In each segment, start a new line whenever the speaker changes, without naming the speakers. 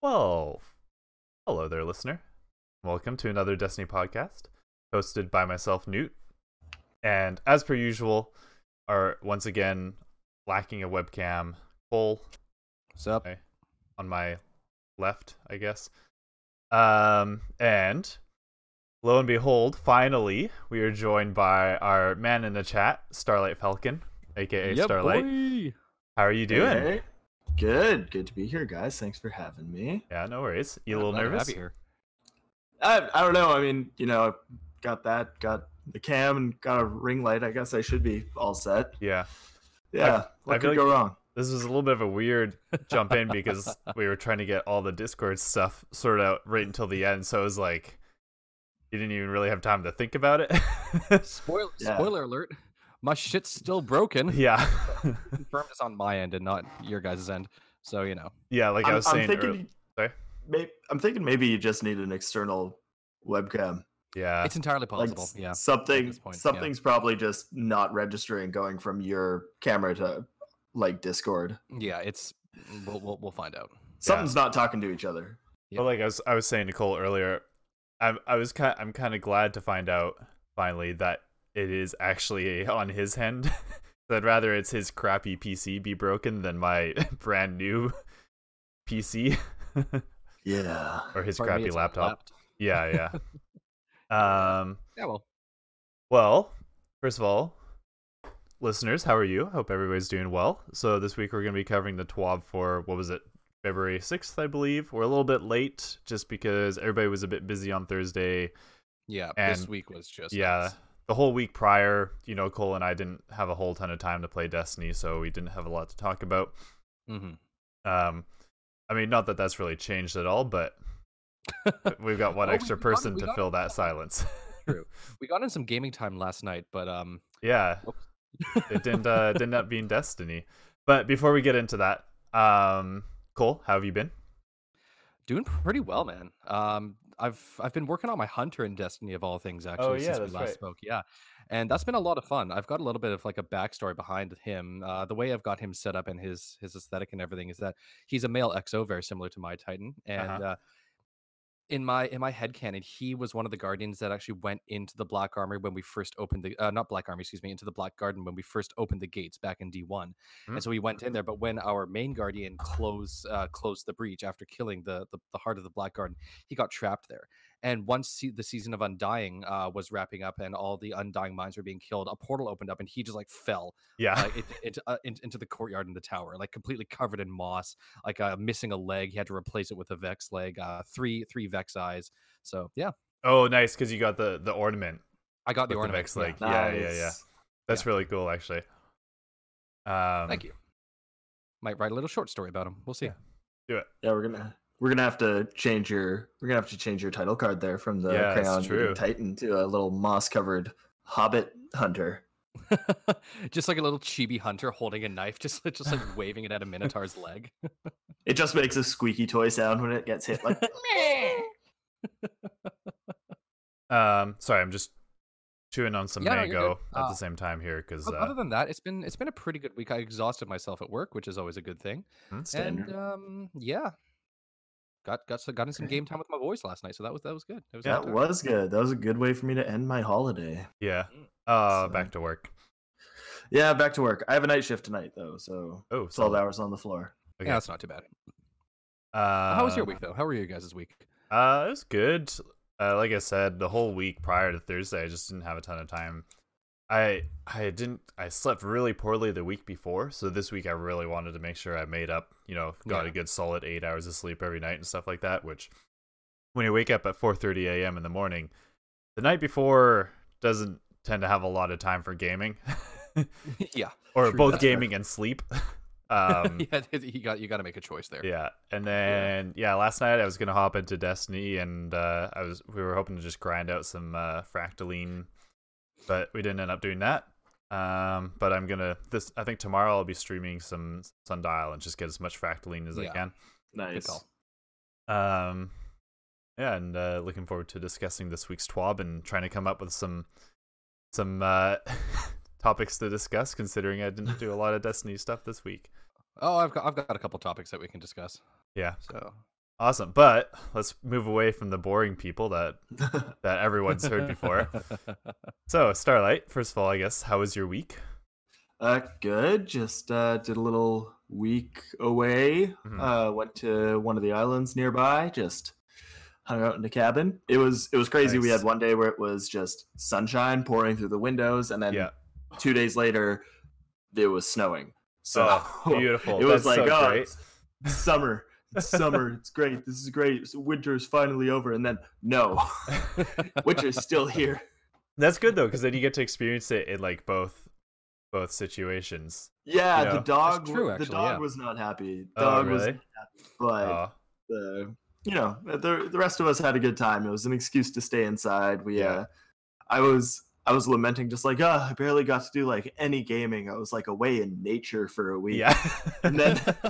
Whoa. Hello there, listener. Welcome to another Destiny podcast hosted by myself, Newt. And as per usual, are once again lacking a webcam, Cole
What's up?
Okay. on my left, I guess. Um, and lo and behold, finally, we are joined by our man in the chat, Starlight Falcon, aka
Yeah,
Starlight.
boy.
How are you doing?
Hey. Good. Good to be here, guys. Thanks for having me.
Yeah, no worries. You a
I'm
little
glad to
nervous?
Have you here.
I, I don't know. I mean, you know, I've got that, got the cam, and got a ring light. I guess I should be all set.
Yeah.
Yeah. what
feel
could go wrong?
This was a little bit of a weird jump in because we were trying to get all the Discord stuff sorted out right until the end. So it was like, you didn't even really have time to think about it.
Spoil-
Yeah.
Spoiler alert. My shit's still broken.
yeah.
Confirmed it's on my end and not your guys' end. So, you know.
yeah. Like i was saying,
thinking.
earl- Sorry?
Maybe, I'm thinking maybe you just need an external webcam.
yeah.
it's entirely
Like
possible.
s-
yeah.
something.
this point, yeah.
something's probably just not registering, going from your camera to like Discord.
Yeah, it's we'll we'll, we'll find out.
Something's not talking to each other.
Yeah.
But like I was, I was saying to Cole earlier, I'm, I was kind, I'm kind of glad to find out finally that it is actually on his end. That rather it's his crappy PC be broken than my brand new PC
Yeah.
or his
Pardon me,
crappy
it's my
laptop.
lapt-
Yeah, yeah. um.
Yeah, well,
Well, first of all, listeners, how are you? Hope everybody's doing well. So this week we're going to be covering the TWAB for what was it, February sixth, I believe. We're a little bit late just because everybody was a bit busy on Thursday.
yeah. this
And-
week was just
yeah,
nuts.
the whole week prior, you know, Cole and I didn't have a whole ton of time to play Destiny, so we didn't have a lot to talk about.
Mhm.
Um, I mean, not that that's really changed at all, but we've got one
Well, we-
extra
we got-
person
we
to
got-
fill that silence.
We got in some gaming time last night, but um,
yeah, it didn't uh, it didn't end up being Destiny. But before we get into that, um, Cole, how have you been?
doing pretty well, man. Um, I've I've been working on my hunter in Destiny of all things actually
Oh, yeah,
since we
that's
last
right.
spoke. Yeah, and that's been a lot of fun. I've got a little bit of like a backstory behind him. Uh, the way I've got him set up and his his aesthetic and everything is that he's a male XO, very similar to my Titan, and.
Uh-huh.
uh in my in my head canon, he was one of the guardians that actually went into the Black Army when we first opened the uh, not Black Army, excuse me, into the Black Garden when we first opened the gates back in D one,
Hmm.
and so he went in there. But when our main guardian closed uh, closed the breach after killing the, the the heart of the Black Garden, he got trapped there. And once se- the season of Undying uh, was wrapping up and all the Undying minds were being killed, a portal opened up and he just like fell
Yeah,
uh, into, into, uh, in- into the courtyard in the tower, like completely covered in moss, like uh, missing a leg. He had to replace it with a vex leg, uh, three three vex eyes. So yeah,
oh nice because you got the the ornament.
I got the
With the
ornament.
vex
yeah.
leg, Yeah, yeah, yeah.
Nice.
That's really cool, actually. Um,
Thank you. Might write a little short story about him. We'll see.
Yeah. Do it.
Yeah, we're gonna we're gonna have to change your we're gonna have to change your title card there from the
Yeah, it's
crayon eating
true.
titan to a little moss covered hobbit hunter.
just like a little chibi hunter holding a knife, just like- just like waving it at a minotaur's leg.
It just makes a squeaky toy sound when it gets hit. Like
Um, sorry, I'm just chewing on some
Yeah, no, you're good.
mango at
Uh,
the same time here because
O- Other
uh,
than that, it's been it's been a pretty good week. I exhausted myself at work, which is always a good thing.
standard.
And um, yeah, got got so- got in some game time with my boys last night, so that was that was good. It was a
Yeah,
good
that
time.
was good. That was a good way for me to end my holiday.
yeah,
Mm,
uh,
so-
back to work.
Yeah, back to work. I have a night shift tonight though, so
Oh,
twelve
solid.
hours on the floor.
Okay.
yeah, that's not too bad.
Uh,
How was your week though? How were you guys' week?
Uh, it was good. Uh, like I said, the whole week prior to Thursday, I just didn't have a ton of time. I I didn't. I slept really poorly the week before, so this week I really wanted to make sure I made up. You know, got
Yeah.
a good solid eight hours of sleep every night and stuff like that. Which, when you wake up at four thirty a.m. in the morning, the night before doesn't tend to have a lot of time for gaming,
yeah,
or
True
both
that.
gaming and sleep. Um,
yeah, you got you got to make a choice there.
yeah, and then yeah. last night I was gonna hop into Destiny, and uh, I was we were hoping to just grind out some uh, fractaline, but we didn't end up doing that. Um, but I'm gonna this. I think tomorrow I'll be streaming some Sundial and just get as much fractaline as I
Yeah.
can.
Good
Nice.
call.
Um, yeah, and uh, looking forward to discussing this week's TWAB and trying to come up with some some uh, topics to discuss. Considering I didn't do a lot of Destiny stuff this week.
Oh, I've got I've got a couple topics that we can discuss.
Yeah.
So
Awesome. But let's move away from the boring people that that everyone's heard before. So, Starlight, first of all, I guess, how was your week?
Uh, good. Just uh, did a little week away.
Mhm.
Uh, went to one of the islands nearby. Just hung out in a cabin. It was it was crazy. We
Nice.
had one day where it was just sunshine pouring through the windows, and then
Yeah.
two days later, it was snowing. So
Oh, beautiful.
it was
That's
like,
so
oh,
great.
it's summer. It's summer. It's great. This is great. It's- Winter is finally over. And then no, winter's still here.
That's good though, because then you get to experience it in like both both situations.
Yeah,
Yeah.
the
That's
dog. w-
true,
the
actually,
dog
yeah.
was not happy.
Oh,
Dog was,
really?
not happy, but
Aw.
the you know the the rest of us had a good time. It was an excuse to stay inside. We
Yeah.
uh, I was I was lamenting just like ah, I barely got to do like any gaming. I was like away in nature for a week.
yeah.
And then But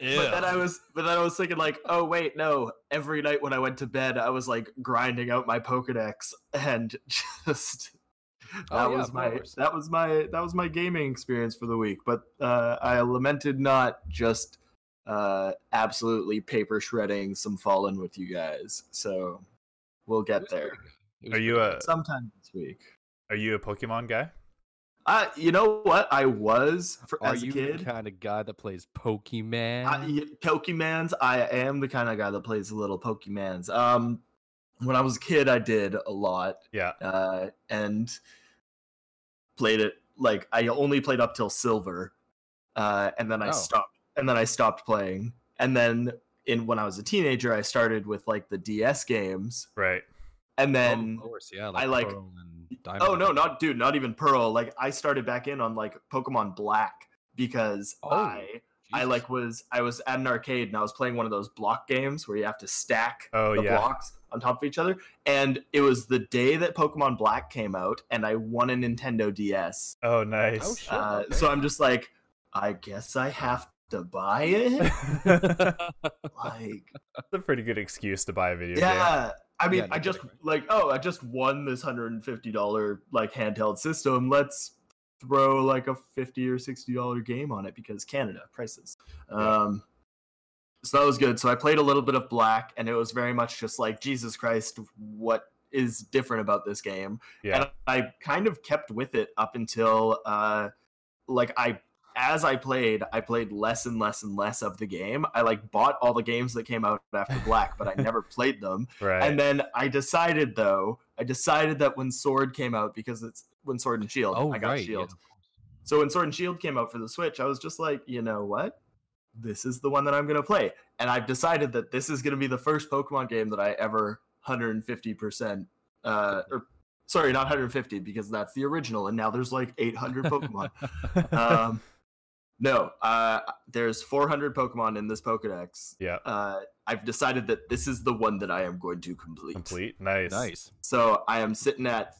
then
Oh,
I was, but then I was thinking like, oh wait, no. Every night when I went to bed, I was like grinding out my Pokedex, and just that
Oh, yeah,
was
of
my
course.
that was my that was my gaming experience for the week. But uh, I lamented not just uh, absolutely paper shredding some Fallen with you guys. So we'll get there
are you a
sometime this week.
are you a Pokemon guy?
I, you know what? I was for,
Are
as a
you
kid.
the kind of guy that plays Pokemon?
I, y- Pokemans. I am the kind of guy that plays the little Pokemans. Um, when I was a kid, I did a lot
Yeah.
uh, and played it. Like I only played up till silver, uh, and then I
Oh.
stopped. And then I stopped playing. And then in when I was a teenager, I started with like the DS games.
Right.
And
Oh,
then
of course, yeah,
I like-
Pearl and Diamond
oh no,
and-
not dude, not even Pearl. Like I started back in on like Pokemon Black because
Oh.
I I
Jesus.
like was I was at an arcade and I was playing one of those block games where you have to stack
Oh
the
yeah.
blocks on top of each other. And it was the day that Pokemon Black came out, and I won a Nintendo DS.
Oh nice.
Oh, shit.
Uh,
okay.
so I'm just like, I guess I have to buy it.
That's
like,
a pretty good excuse to buy a video game.
yeah. I mean,
Yeah, no
I just
kidding,
like, oh, I just won this hundred and fifty dollar like handheld system. Let's throw like a fifty or sixty dollar game on it because Canada prices. Um, so that was good. So I played a little bit of Black, and it was very much just like Jesus Christ, what is different about this game?
Yeah.
And I kind of kept with it up until uh, like I. As I played, I played less and less and less of the game. I like bought all the games that came out after Black, but I never played them.
Right.
And then I decided though, I decided that when Sword came out, because it's when Sword and Shield,
Oh,
I got
right, yeah.
Shield. So when Sword and Shield came out for the Switch, I was just like, you know what? This is the one that I'm gonna play. And I've decided that this is gonna be the first Pokemon game that I ever 150% uh or sorry, not 150, because that's the original, and now there's like 800 Pokemon. um no, uh there's 400 Pokemon in this Pokedex.
yeah.
Uh, I've decided that this is the one that I am going to complete.
Complete. Nice.
Nice.
So I am sitting at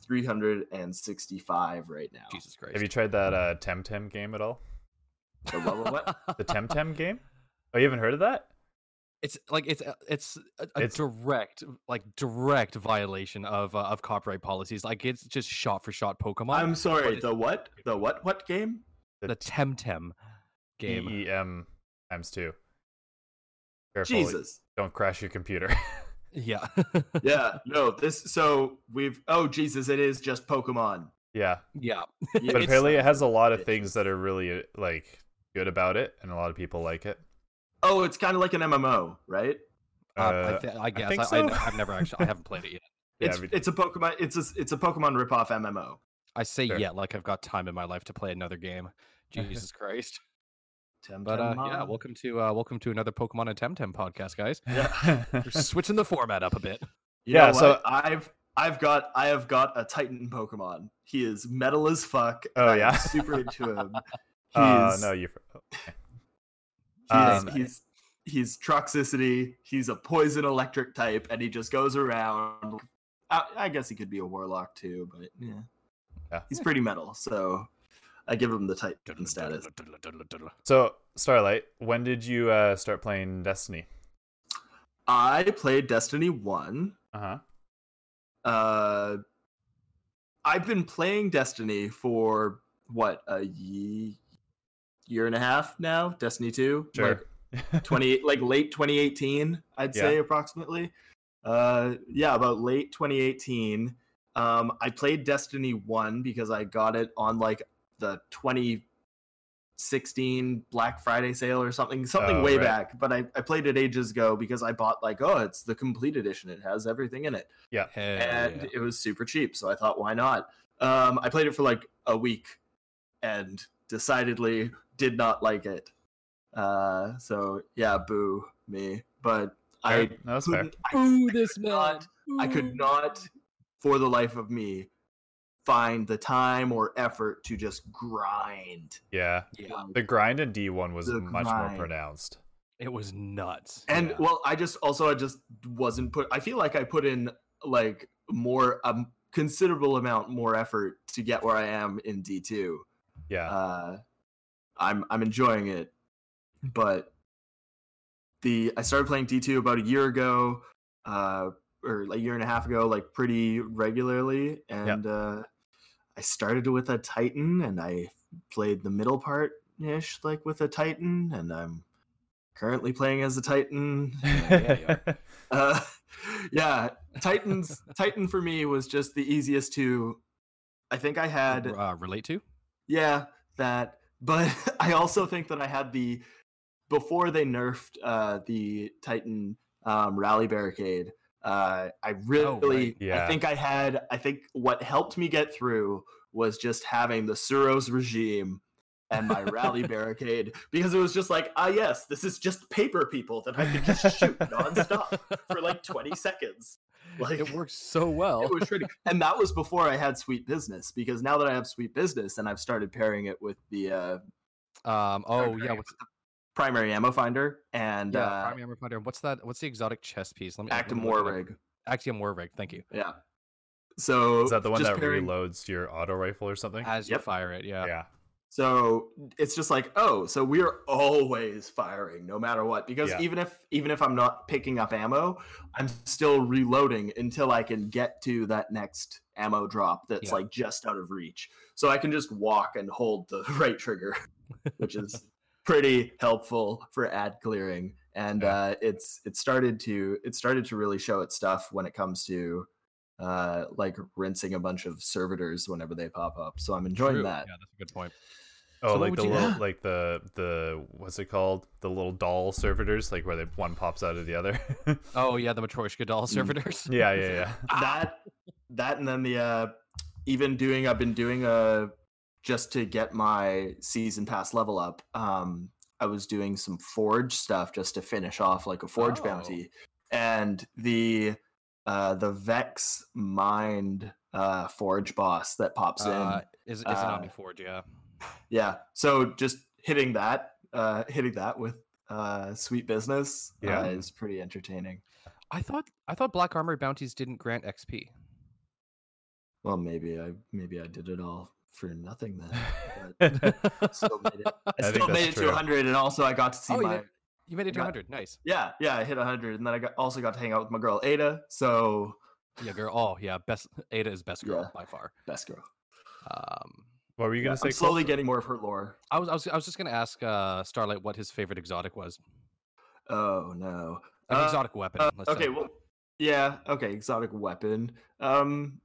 365 right now.
Jesus Christ.
Have you tried that uh Temtem game at all?
The what, what, what?
The Temtem game? Oh, you haven't heard of that?
It's like it's a- it's a, a
It's-
direct like direct violation of uh, of copyright policies. Like it's just shot for shot Pokemon.
I'm sorry.
it's-
The what? The what? What game?
the Temtem game.
E E M times two. Careful.
Jesus.
Don't crash your computer.
Yeah.
Yeah. No. This. So we've. Oh Jesus! It is just Pokemon.
yeah.
yeah.
Yeah,
But
It's-
apparently it has a lot of
it
things
is.
that are really uh, like good about it and a lot of people like it.
Oh, it's kind of like an MMO, right?
Um,
Uh,
I, th- I guess I
think
I,
so.
have never actually. I haven't played it yet.
yeah,
it's
but-
it's a Pokemon. It's a it's a Pokemon ripoff MMO.
I say
Sure.
yet, like I've got time in my life to play another game. Jesus Christ.
Temtem.
But uh, yeah, welcome to uh, welcome to another Pokemon and Temtem podcast, guys. We're switching the format up a bit.
You know
Yeah, so-
what? I've I've got I have got a Titan Pokemon. He is metal as fuck. and
Oh,
I am
yeah?
super into him. He
Uh,
is-
no, you.
He's
Um,
he's he's toxicity. He's a poison electric type, and he just goes around. I, I guess he could be a warlock too, but yeah,
Yeah.
he's pretty metal. So I give him the Titan status.
So Starlight, when did you uh, start playing Destiny?
I played Destiny One.
Uh huh.
Uh, I've been playing Destiny for what a ye- year and a half now. Destiny Two,
Sure.
Like, twenty like late 2018, I'd say approximately. Uh, yeah, about late 2018. Um, I played Destiny One because I got it on like the 2016 Black Friday sale or something, something
Oh,
way
right.
back. But I, I played it ages ago because I bought like, oh, it's the complete edition. It has everything in it
Hell
and
yeah.
it was super cheap. So I thought, why not? Um, I played it for like a week and decidedly did not like it. Uh, so yeah, boo me. But I,
Fair. No, that's fair.
couldn't, I,
Ooh, this man.
not- I
Ooh.
could not, for the life of me, find the time or effort to just grind.
Yeah.
Yeah.
The grind in D1 was
The
much more
grind.
pronounced.
It was nuts.
And
yeah.
well, I just also I just wasn't put. I feel like I put in like more a m- considerable amount more effort to get where I am in D two.
Yeah.
Uh, I'm I'm enjoying it, but the I started playing D two about a year ago, uh, or a year and a half ago, like pretty regularly, and uh, I started with a Titan, and I played the middle part ish, like with a Titan, and I'm currently playing as a Titan.
yeah, you
Uh, yeah, Titans Titan for me was just the easiest to. I think I had
uh, relate to?
yeah, that. But I also think that I had the before they nerfed uh, the Titan um, rally barricade. Uh, I really,
Yeah.
I think I had. I think what helped me get through was just having the Suros regime and my rally barricade because it was just like, ah, yes, this is just paper people that I could just shoot nonstop for like twenty seconds. Like
it works so well.
it was shredding. and that was before I had sweet business because now that I have sweet business and I've started pairing it with the uh,
Um, oh
pairing
yeah,
it
what's
with the primary ammo finder and
yeah,
uh,
Prime Armor Fighter. What's that? What's the exotic chess piece? Let me let
Actum
me look it up.
Warrig.
Actium Warrig. Thank you.
Yeah. So
Is that the one
just Ah,
that
pairing-
reloads your auto rifle or something?
As you
Yep.
fire it, yeah.
yeah.
So it's just like, oh, so we are always firing no matter what because
Yeah.
even if even if I'm not picking up ammo, I'm still reloading until I can get to that next ammo drop that's
Yeah.
like just out of reach. So I can just walk and hold the right trigger, which is pretty helpful for ad clearing. And
Yeah.
uh, it's it started to it started to really show its stuff when it comes to uh, like rinsing a bunch of servitors whenever they pop up. So I'm enjoying
True.
that.
Yeah, that's a good point.
Oh,
So what
like
would
the
you-
little,
Yeah.
like the the what's it called? The little doll servitors, like where they one pops out of the other. yeah,
Oh yeah, the Matryoshka doll
Mm.
servitors.
yeah, yeah.
Ah.
that that and then the uh even doing i've been doing a just to get my season pass level up um i was doing some forge stuff just to finish off like a forge
Oh.
bounty and the uh the vex mind uh forge boss that pops
Uh,
in
is is
uh,
an Omniforge, yeah.
yeah so just hitting that uh hitting that with uh sweet business
Yeah.
uh, is pretty entertaining
I thought I thought black armor bounties didn't grant XP.
well maybe i maybe i did it all for nothing then but- still made it. I,
I think
still
that's
made it to
true.
100, and also I got to see
Oh, you
my
did? you made it to
Yeah.
100. Nice.
yeah yeah I hit 100, and then I got, also got to hang out with my girl Ada. So
Yeah, girl. Oh yeah, best Ada is best girl
Yeah.
by far.
best girl.
Um,
what were you
Yeah,
gonna say?
I'm
Cole?
slowly getting more of her lore.
I was I was I was just gonna ask uh, Starlight what his favorite exotic was.
Oh no.
An
Uh,
exotic weapon.
uh,
let's
okay,
say.
well, yeah, okay, exotic weapon. Um,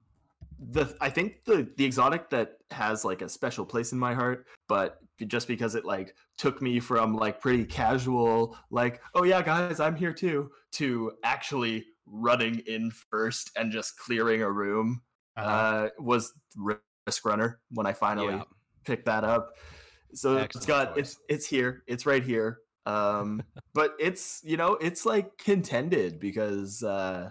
the I think the the exotic that has like a special place in my heart, but be- just because it like took me from like pretty casual, like oh yeah, guys, I'm here too, to actually running in first and just clearing a room
Uh-huh.
uh, was Risk Runner when I finally
Yeah.
picked that up. So
Excellent
it's got
choice.
it's it's here, it's right here. Um, but it's you know it's like contended because uh,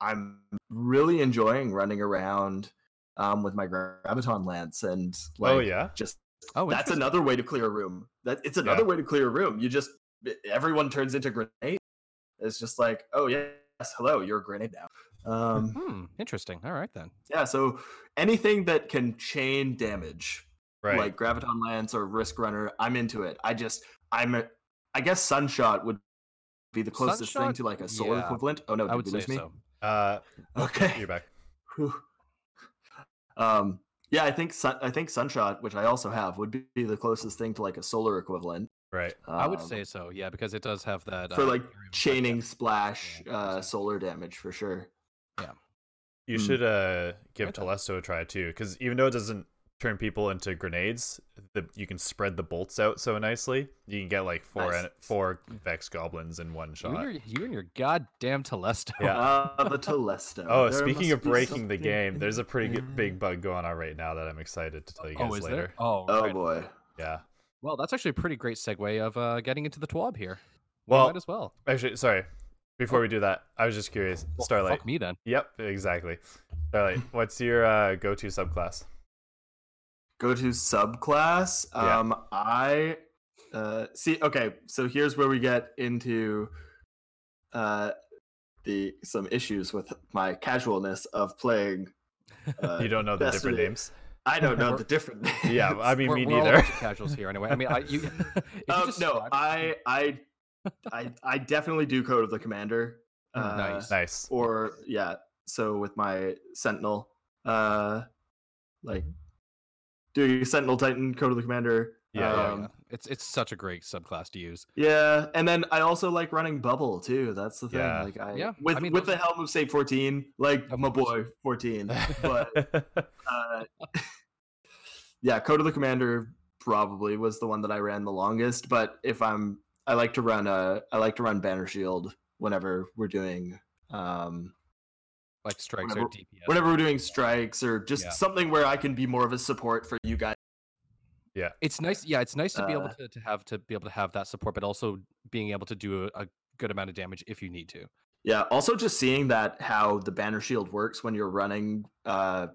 I'm really enjoying running around um, with my graviton lance and like
oh yeah.
just
Oh,
that's
interesting.
another way to clear a room. That it's another way to clear a room. You just e, everyone turns into grenade. It's just like oh yes, hello, you're a grenade now. Um,
Hmm, interesting. All right then.
yeah, so anything that can chain damage,
Right.
like Graviton Lance or Risk Runner, I'm into it. I just, I'm, a, I guess Sunshot would be the closest thing
Sunshot?
to like a solar
Yeah,
equivalent. Oh no, did
I would
we
say
lose me?
so.
uh,
Okay.
you're back.
Whew. um, yeah, I think Sun, I think Sunshot, which I also have, would be the closest thing to like a solar equivalent.
Right.
I would
Um,
say so, yeah, because it does have that
for
uh,
like
area of effect
chaining
depth.
splash
Yeah,
uh,
exactly.
solar damage for sure.
You
Hmm.
should uh give
Right then.
Telesto a try too, because even though it doesn't turn people into grenades, the, you can spread the bolts out so nicely. You can get like four
Nice.
en- four Vex goblins in one
You and
shot.
your, you and your goddamn Telesto.
Yeah.
Uh, the Telesto.
Oh,
There
speaking
must
of
be
breaking the
something
game,
in
there's a pretty
there.
good, big bug going on right now that I'm excited to tell you guys
Oh, is
later.
there? Oh,
Oh
right.
boy.
Yeah.
Well, that's actually a pretty great segue of uh, getting into the TWAB here. We
Well,
might as well.
actually, sorry. Before we do that, I was just curious.
Oh. Well,
Starlight.
Fuck me then.
Yep, exactly. Starlight, what's your uh, go-to subclass?
Go to subclass.
Yeah.
Um, I uh, see. Okay, so here's where we get into uh, the some issues with my casualness of playing. Uh,
You don't know the
best
different
with it.
names.
I don't know
We're-
the different.
Yeah, I mean
we're,
me
we're all a
neither.
bunch of casuals here anyway. I mean, I you. if you
Um,
just
no,
describe-
I, I, I, I definitely do code of the commander.
Mm,
Uh,
nice.
Oh, Nice.
Or yeah, so with my sentinel, uh, like doing sentinel titan code of the commander.
Yeah, yeah,
um,
yeah. It's it's such a great subclass to use.
Yeah, and then I also like running bubble too. That's the thing.
Yeah.
Like I
Yeah,
with
I mean,
with
those
the helm of say 14, like
Of
my boy
course.
14. But uh, yeah, Code of the Commander probably was the one that I ran the longest. But if I'm, I like to run uh, I like to run Banner Shield whenever we're doing, um,
Like strikes or
Whenever-
DPS.
whenever we're doing strikes or just
Yeah.
something where I can be more of a support for you guys.
It's nice. Yeah, it's nice to be able
Uh,
to, to have to be able to have that support, but also being able to do a, a good amount of damage if you need to.
Yeah. Also, just seeing that how the banner shield works when you're running, uh,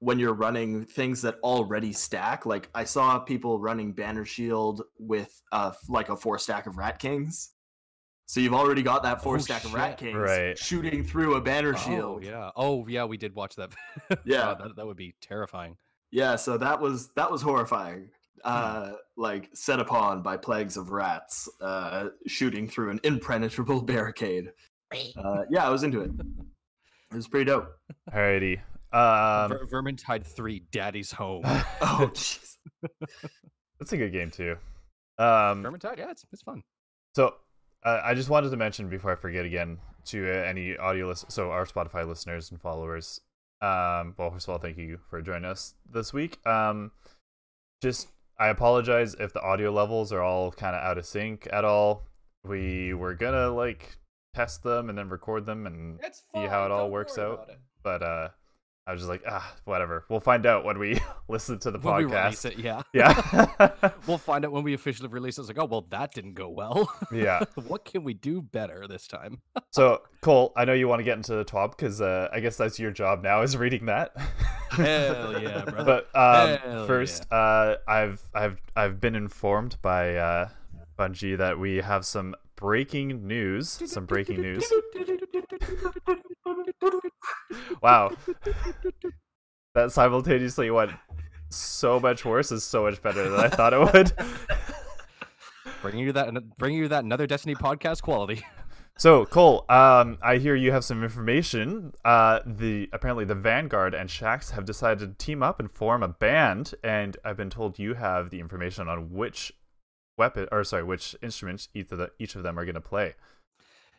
when you're running things that already stack. Like I saw people running banner shield with uh, f- like a four stack of rat kings. So you've already got that four
Oh,
stack of rat
shit.
kings
Right.
shooting through a banner
Oh
shield.
yeah. Oh yeah. We did watch that. God,
Yeah.
that, that would be terrifying.
Yeah, so that was that was horrifying.
Hmm.
Uh, like set upon by plagues of rats, uh, shooting through an impenetrable barricade. Uh, yeah, I was into it. It was pretty dope.
Alrighty. Um,
Ver- Vermintide Three, Daddy's Home.
Oh, jeez.
that's a good game too. Um,
Vermintide. Yeah, it's it's fun.
So uh, I just wanted to mention before I forget again to uh, any audio list, so our Spotify listeners and followers. Um, well, first of all, thank you for joining us this week. Um, just I apologize if the audio levels are all kind of out of sync at all. We were gonna like test them and then record them, and
It's
See how fine, it all don't works worry out. about but uh, I was just like, ah, whatever. We'll find out when we listen to the
When we release
podcast.
it, yeah.
Yeah,
We'll find out when we officially release it. It's like, oh well, that didn't go well.
yeah.
what can we do better this time?
So, Cole, I know you want to get into the top because uh, I guess that's your job now is reading that.
Hell yeah, brother.
but um,
Hell
first, uh, I've I've I've been informed by uh, Bungie that we have some breaking news. Some breaking news. Wow, that simultaneously went so much worse is so much better than I thought it would.
Bringing you that, bringing you that another Destiny podcast quality.
So, Cole, um, I hear you have some information. Uh, the apparently the Vanguard and Shax have decided to team up and form a band, and I've been told you have the information on which weapon, or sorry, which instruments each of the, each of them are going to play.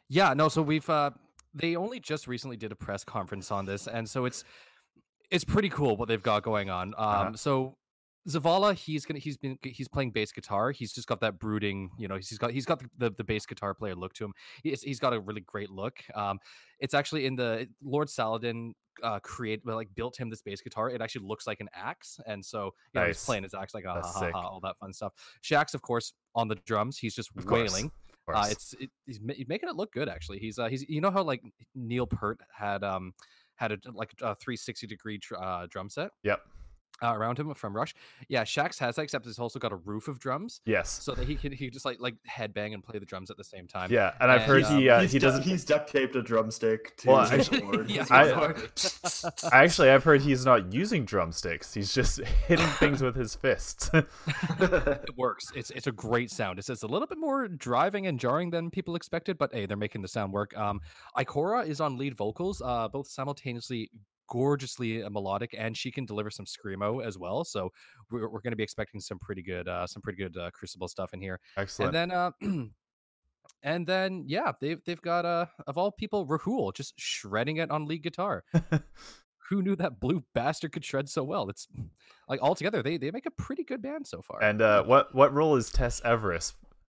Yeah, no. So we've uh, they only just recently did a press conference on this, and so it's it's pretty cool what they've got going on. Um,
Uh-huh.
so Zavala, he's gonna he's been he's playing bass guitar. He's just got that brooding, you know. He's got he's got the, the, the bass guitar player look to him. He's, he's got a really great look. Um, it's actually in the Lord Saladin uh create well, like built him this bass guitar. It actually looks like an axe, and so you know, he's
Nice.
playing his axe like ah,
That's
ha, ha,
sick.
ha, all that fun stuff. Shax, of course, on the drums. He's just
Of course.
wailing.
Of
Uh,
course.
it's it, he's, ma- he's making it look good actually. He's uh, he's you know how like Neil Peart had um had a like a 360 degree dr- uh, drum set
yep.
uh, around him from Rush. Yeah, Shax has that, except he's also got a roof of drums
Yes.
so that he can he just like like headbang and play the drums at the same time.
Yeah, and I've
and, um,
heard he uh,
he's
he
du-
doesn't.
He's duct taped a drumstick to
Well,
his
I-
sword.
Yeah,
His
I-
sword.
Actually, I've heard he's not using drumsticks. He's just hitting things with his fists.
It works. It's it's a great sound. It's, it's a little bit more driving and jarring than people expected, but hey, they're making the sound work. Um, Ikora is on lead vocals, uh, both simultaneously gorgeously melodic, and she can deliver some screamo as well. So we're, we're going to be expecting some pretty good, uh, some pretty good uh, Crucible stuff in here.
Excellent.
And then, uh, and then, yeah, they've they've got uh, of all people, Rahul just shredding it on lead guitar. Who knew that blue bastard could shred so well? It's like altogether, they they make a pretty good band so far.
and uh, what what role is Tess Everest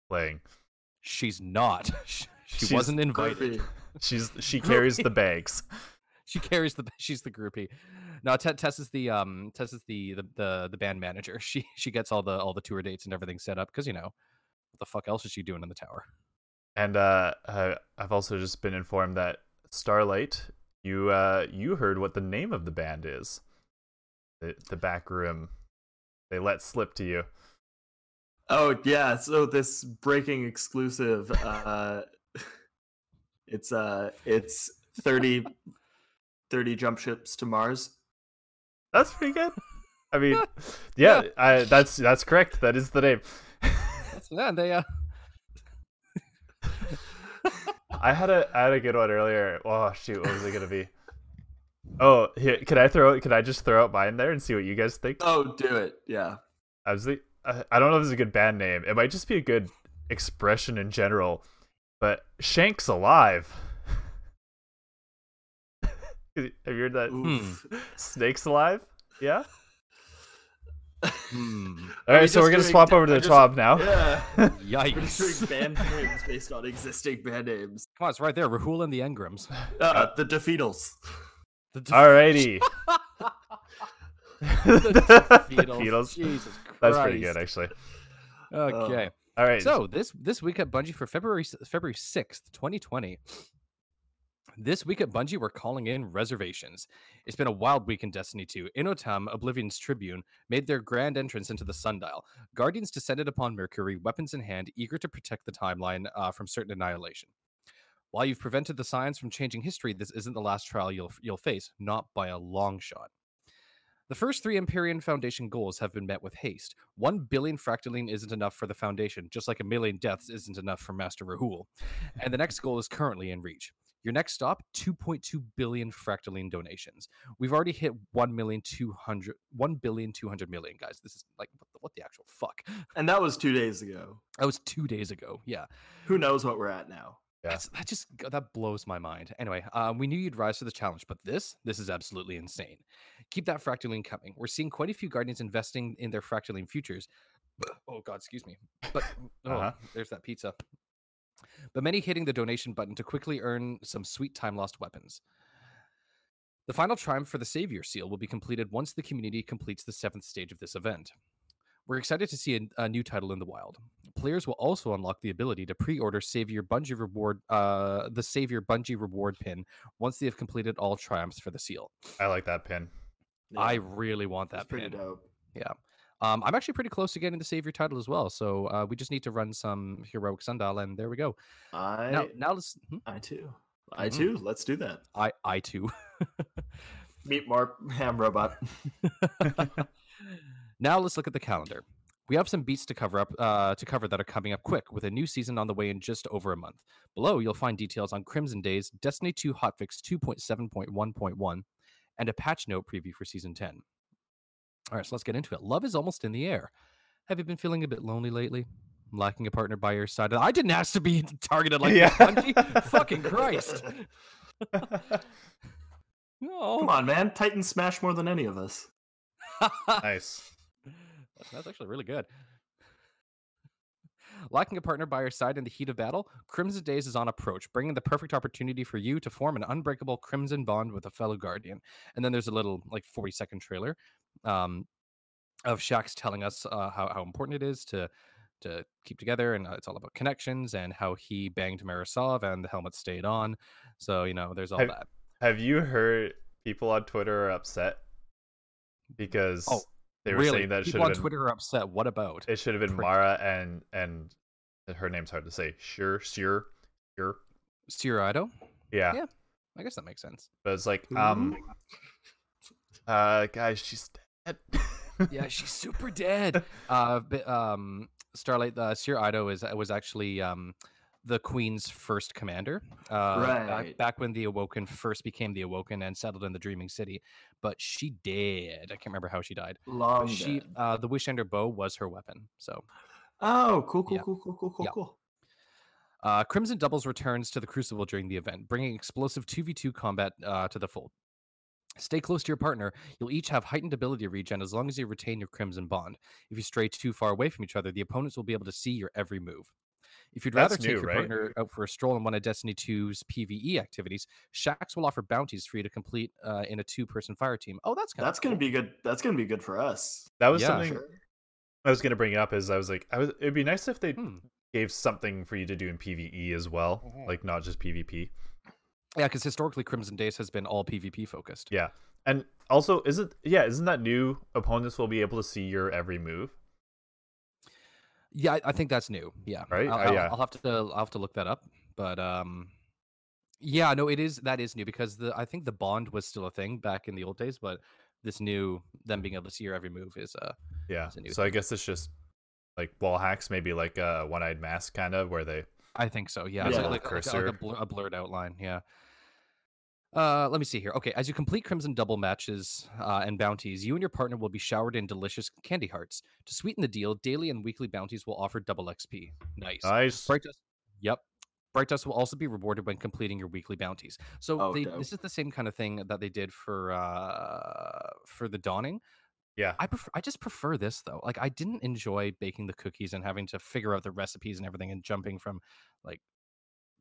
playing?
she's not. She, she
She's
wasn't invited.
Groupie.
She's she carries the bags.
she carries the she's the groupie. No, Te- Tess is the um Tess is the, the the the band manager. She she gets all the all the tour dates and everything set up because you know what the fuck else is she doing in the tower?
And uh, uh, I've also just been informed that Starlight, you uh, you heard what the name of the band is. The, the back room. They let slip to you.
Oh yeah, so this breaking exclusive uh it's uh it's 30 30 jump ships to Mars.
That's pretty good. I mean, yeah, I, that's that's correct. That is the name.
That's yeah, they uh
I had a I had a good one earlier. Oh shoot, what was it gonna be? Oh, here, can I throw? Can I just throw out mine there and see what you guys think?
Oh, do it. Yeah.
I was the, I I don't know if this is a good band name. It might just be a good expression in general. But Shank's alive. Have you heard that?
Oof.
Snake's alive. Yeah.
hmm,
All
we
right, so we're
just
gonna
doing-
swap over to
I
the
just-
Twab now.
Yeah. We're just
yikes!
doing band names based on existing band names.
Come on, it's right there. Rahul and the Engrams.
Uh, the Defeatles.
The def-
Alrighty. the
Beatles.
Beatles.
Jesus Christ.
That's pretty good, actually.
Okay.
All right.
So this this week at Bungie for February s- February sixth, twenty twenty. This week at Bungie, we're calling in reservations. It's been a wild week in Destiny 2. Inotam, Oblivion's Tribune, made their grand entrance into the Sundial. Guardians descended upon Mercury, weapons in hand, eager to protect the timeline uh, from certain annihilation. While you've prevented the science from changing history, this isn't the last trial you'll, you'll face, not by a long shot. The first three Empyrean Foundation goals have been met with haste. One billion fractaline isn't enough for the Foundation, just like a million deaths isn't enough for Master Rahul. And the next goal is currently in reach. Your next stop 2.2 billion fractaline donations. We've already hit 1 million 200 1 billion 200 million, guys. This is like, what the, what the actual fuck?
And that was 2 days ago.
That was two days ago. Yeah.
Who knows what we're at now?
Yeah.
That's, that just g- that blows my mind. Anyway, uh, we knew you'd rise to the challenge, but this this is absolutely insane. Keep that fractaline coming. We're seeing quite a few guardians investing in their fractaline futures. oh God, excuse me. But oh,
Uh-huh.
there's that pizza. But many hitting the donation button to quickly earn some sweet time lost weapons. The final triumph for the Savior Seal will be completed once the community completes the seventh stage of this event. We're excited to see a, a new title in the wild. Players will also unlock the ability to pre-order Savior Bungie reward, uh, the Savior Bungie reward pin once they have completed all triumphs for the seal.
I like that pin.
Yeah,
I
it's
really want that
pretty
pin.
dope.
Um, I'm actually pretty close to getting the Savior title as well, so uh, we just need to run some heroic sundial, and there we go.
I
now, now let's. hmm?
I too. I
Mhm.
too. Let's do that.
I I too.
Meet Marp Ham Robot.
now let's look at the calendar. We have some beats to cover up uh, to cover that are coming up quick with a new season on the way in just over a month. Below, you'll find details on Crimson Days, Destiny 2 hotfix 2.7.1.1, and a patch note preview for season 10. All right, so let's get into it. Love is almost in the air. Have you been feeling a bit lonely lately? Lacking a partner by your side? I didn't ask to be targeted like
Yeah.
this, Bungie. Fucking Christ. No.
Come on, man. Titans smash more than any of us.
nice.
That's- That's actually really good. Lacking a partner by your side in the heat of battle, Crimson Days is on approach, bringing the perfect opportunity for you to form an unbreakable crimson bond with a fellow guardian. And then there's a little like 40 second trailer um, of Shax telling us uh, how, how important it is to to keep together, and uh, it's all about connections and how he banged Marisov and the helmet stayed on. So you know, there's all
Have-
that.
Have you heard people on Twitter are upset because
Oh,
they were
really,
saying that it should
people on
have been,
Twitter are upset. What about?
it should have been
Prick.
Mara and and her name's hard to say. Sure, sure, sure.
Cirido?
Yeah.
Yeah. Mm-hmm. I guess that makes sense.
But it's like, um, uh, guys, she's dead.
yeah, she's super dead. Uh, but, um, Starlight, uh, Sir Ido is was actually um, the queen's first commander uh, back,
Right.
back when the awoken first became the awoken and settled in the dreaming city but she did i can't remember how she died
Long.
but she
dead.
uh, the wishender bow was her weapon so
Oh, cool, cool,
Yeah.
cool, cool, cool, cool,
Yeah.
cool.
uh, crimson doubles returns to the crucible during the event bringing explosive 2v2 combat uh, to the fold Stay close to your partner. You'll each have heightened ability regen as long as you retain your crimson bond. If you stray too far away from each other, the opponents will be able to see your every move. If you'd
That's
rather take
new,
your
right?
partner out for a stroll in one of Destiny 2's PvE E activities, Shax will offer bounties for you to complete uh, in a two-person fire team. Oh, that's kind
That's gonna be good. That's gonna be good for us.
That was
Yeah.
something I was gonna bring up. Is I was like, I was. It'd be nice if they
Hmm.
gave something for you to do in PVE as well,
Mhm.
like not just PvP.
Yeah, because historically Crimson Days has been all PvP focused.
Yeah, and also isn't yeah isn't that new? Opponents will be able to see your every move.
Yeah, I, I think that's new. Yeah,
Right?
I'll,
Uh,
I'll-
yeah.
I'll have to I'll have to look that up. But um, yeah, no, it is that is new because the I think the bond was still a thing back in the old days, but this new them being able to see your every move is uh
Yeah.
It's a new
So I guess it's just like wall hacks, maybe like a one-eyed mask kind of where they
I think so. Yeah, it's
Yeah.
like, like, like, a- like
Cursor.
a, blur, a blurred outline. Yeah. Uh, let me see here. Okay, as you complete Crimson Double matches uh, and bounties, you and your partner will be showered in delicious candy hearts. To sweeten the deal, daily and weekly bounties will offer double XP. Nice.
nice.
Bright Dust. Yep. Bright Dust will also be rewarded when completing your weekly bounties. So
Oh,
they,
dope.
this is the same kind of thing that they did for uh, for the Dawning.
Yeah.
I prefer, I just prefer this though. Like I didn't enjoy baking the cookies and having to figure out the recipes and everything and jumping from like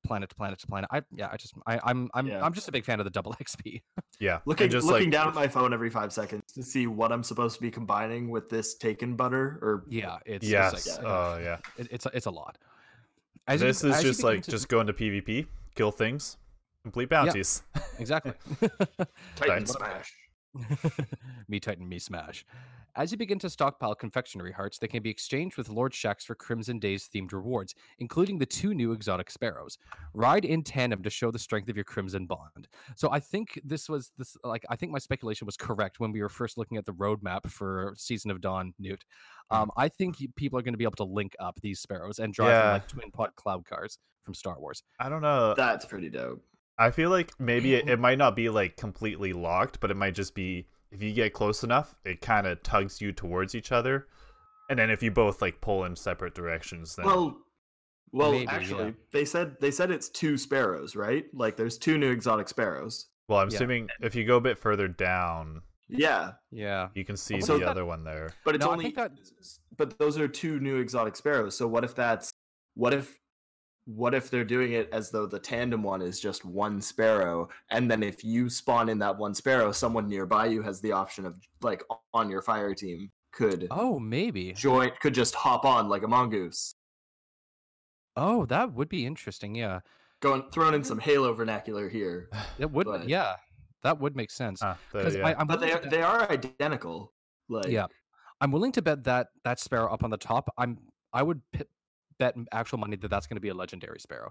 planet to planet to planet. I yeah, I just I, I'm I'm
Yeah.
I'm just a big fan of the double XP.
Yeah.
Looking
and just
looking
like,
down at my phone every five seconds to see what I'm supposed to be combining with this taken butter or
Yeah, it's
Yes.
uh,
it's, like, uh,
oh yeah.
it, it's a- it's a lot. As you
this
can-
is
as you
just
begin
like
to-
just go into PvP, kill things, complete bounties.
exactly.
Titan
Titan
smash.
me Titan, me Smash. As you begin to stockpile confectionery hearts, they can be exchanged with Lord Shax for Crimson Days themed rewards, including the two new exotic sparrows. Ride in tandem to show the strength of your Crimson Bond. So I think this was this like I think my speculation was correct when we were first looking at the roadmap for Season of Dawn, Newt. Um, I think you- people are going to be able to link up these sparrows and drive them
Yeah.
like twin pod cloud cars from Star Wars.
I don't know.
That's pretty dope.
I feel like maybe it, it might not be like completely locked, but it might just be if you get close enough, it kind of tugs you towards each other. And then if you both like pull in separate directions, then
Well, well,
Maybe, yeah.
actually, they said they said it's two sparrows, right? Like there's two new exotic sparrows.
well, I'm
yeah.
assuming if you go a bit further down,
Yeah,
Yeah.
you can see
wonder if
the
that-
other one there.
but it's
No, I
only
think that-
but those are two new exotic sparrows. So what if that's what if what if they're doing it as though the tandem one is just one sparrow and then if you spawn in that one sparrow someone nearby you has the option of like on your fire team could
Oh, maybe.
join could just hop on like a mongoose
Oh, that would be interesting. Yeah.
going throwing in some halo vernacular here
That would,
but-
yeah, that would make sense.
Ah, the-
'Cause
yeah.
I, am
but they
willing
are,
to bet,
they are identical like
yeah, I'm willing to bet that that sparrow up on the top. I'm, I would p- bet m- actual money that that's going to be a legendary sparrow.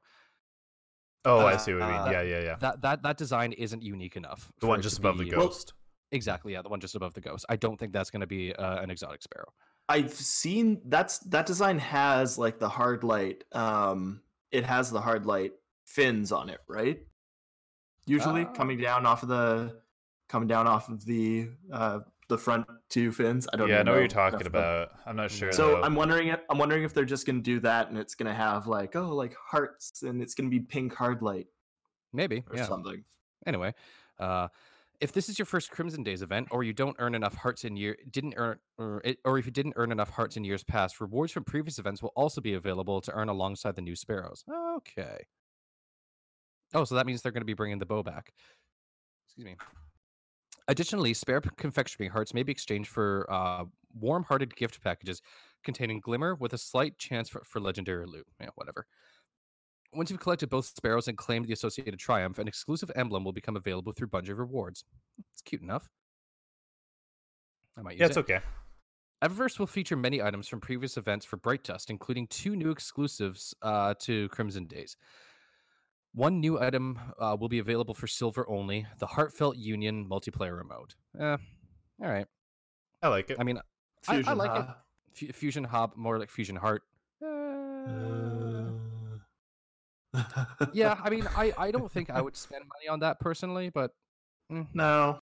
oh, I
uh,
see what you mean.
uh,
yeah, yeah, yeah.
That that that design isn't unique enough.
The
for
one
it
just
to
above the
be-
Well-
ghost.
Exactly, yeah, the one just above the ghost. I don't think that's going to be uh, an exotic sparrow.
I've seen that's that design has like the hard light. Um, it has the hard light fins on it, right? Usually
Ah.
coming down off of the coming down off of the uh the front two fins. I don't.
yeah, I
even
know what you're
enough
talking
about-
about. I'm not sure.
So
though.
I'm wondering if I'm wondering if they're just gonna do that and it's gonna have like oh like hearts and it's gonna be pink hard light
Maybe,
or
yeah.
something.
Anyway, uh, if this is your first Crimson Days event, or you don't earn enough hearts in year didn't earn, or, it, or if you didn't earn enough hearts in years past, rewards from previous events will also be available to earn alongside the new sparrows. Okay. Oh, so that means they're going to be bringing the bow back. Excuse me. Additionally, spare p- confectionery hearts may be exchanged for uh, warm-hearted gift packages containing glimmer with a slight chance for, for legendary loot. Yeah, whatever. Once you've collected both sparrows and claimed the associated triumph, an exclusive emblem will become available through Bungie rewards. It's cute enough. I might use
yeah, it's
it.
okay.
Eververse will feature many items from previous events for Bright Dust, including two new exclusives uh, to Crimson Days. One new item uh, will be available for silver only: the Heartfelt Union multiplayer remote. Eh, all right.
I like it.
I mean, I- I like it.
huh?
Fu Fusion Hub, more like Fusion Heart. Uh, yeah, I mean, I, I don't think I would spend money on that personally, but
no.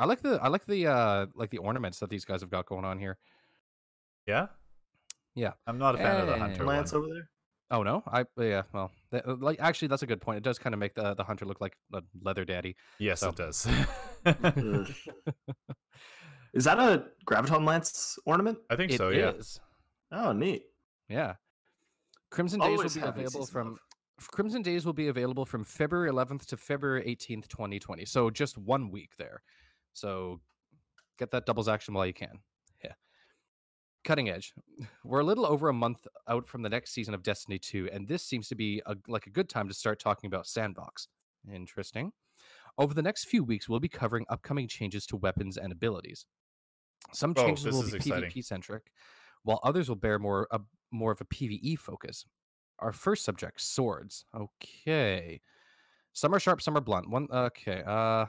I like the I like the uh like the ornaments that these guys have got going on here.
Yeah.
Yeah.
I'm not a fan of the hunter.
Hey.
one.
Lance over there.
Oh no, I yeah, well, that, uh, like actually that's a good point. It does kind of make the the hunter look like a leather daddy.
Yes,
So-
it does.
Ugh. Is that a graviton lance ornament?
I think
It
so. Yeah.
is.
Oh, neat.
Yeah. Crimson Days
Always
will be
having
available
season
from
love.
Crimson Days will be available from February 11th to February 18th, 2020. So just one week there. So get that doubles action while you can. Yeah. Cutting edge. We're a little over a month out from the next season of Destiny 2, and this seems to be a, like a good time to start talking about Sandbox. Interesting. Over the next few weeks, we'll be covering upcoming changes to weapons and abilities. Some
Oh,
changes
this
will
is
be
exciting.
PvP centric, while others will bear more a, more of a PvE focus. Our first subject, swords. Okay. Some are sharp, some are blunt. One okay. Uh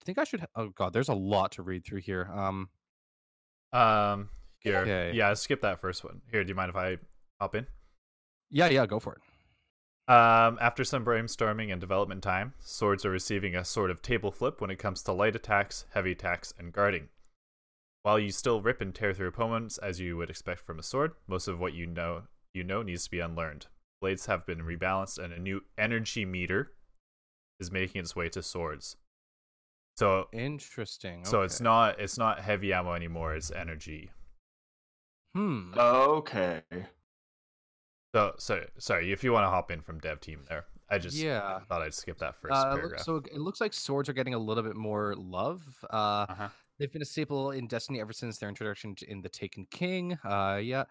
I think I should ha- oh god, there's a lot to read through here. Um
Um. Here.
Okay.
Yeah. Skip that first one. Here. Do you mind if I hop in?
yeah, yeah, go for it.
Um, after some brainstorming and development time, swords are receiving a sort of table flip when it comes to light attacks, heavy attacks, and guarding. While you still rip and tear through opponents as you would expect from a sword, most of what you know you know needs to be unlearned. Blades have been rebalanced, and a new energy meter is making its way to swords. So,
Interesting.
so it's
okay.
not it's not heavy ammo anymore; it's energy.
Hmm.
Okay.
So, so sorry if you want to hop in from dev team there. I just
Yeah.
thought I'd skip that first
Uh, look-
paragraph.
so it looks like swords are getting a little bit more love. Uh,
Uh-huh.
They've been a staple in Destiny ever since their introduction to- in the Taken King. Uh, yeah.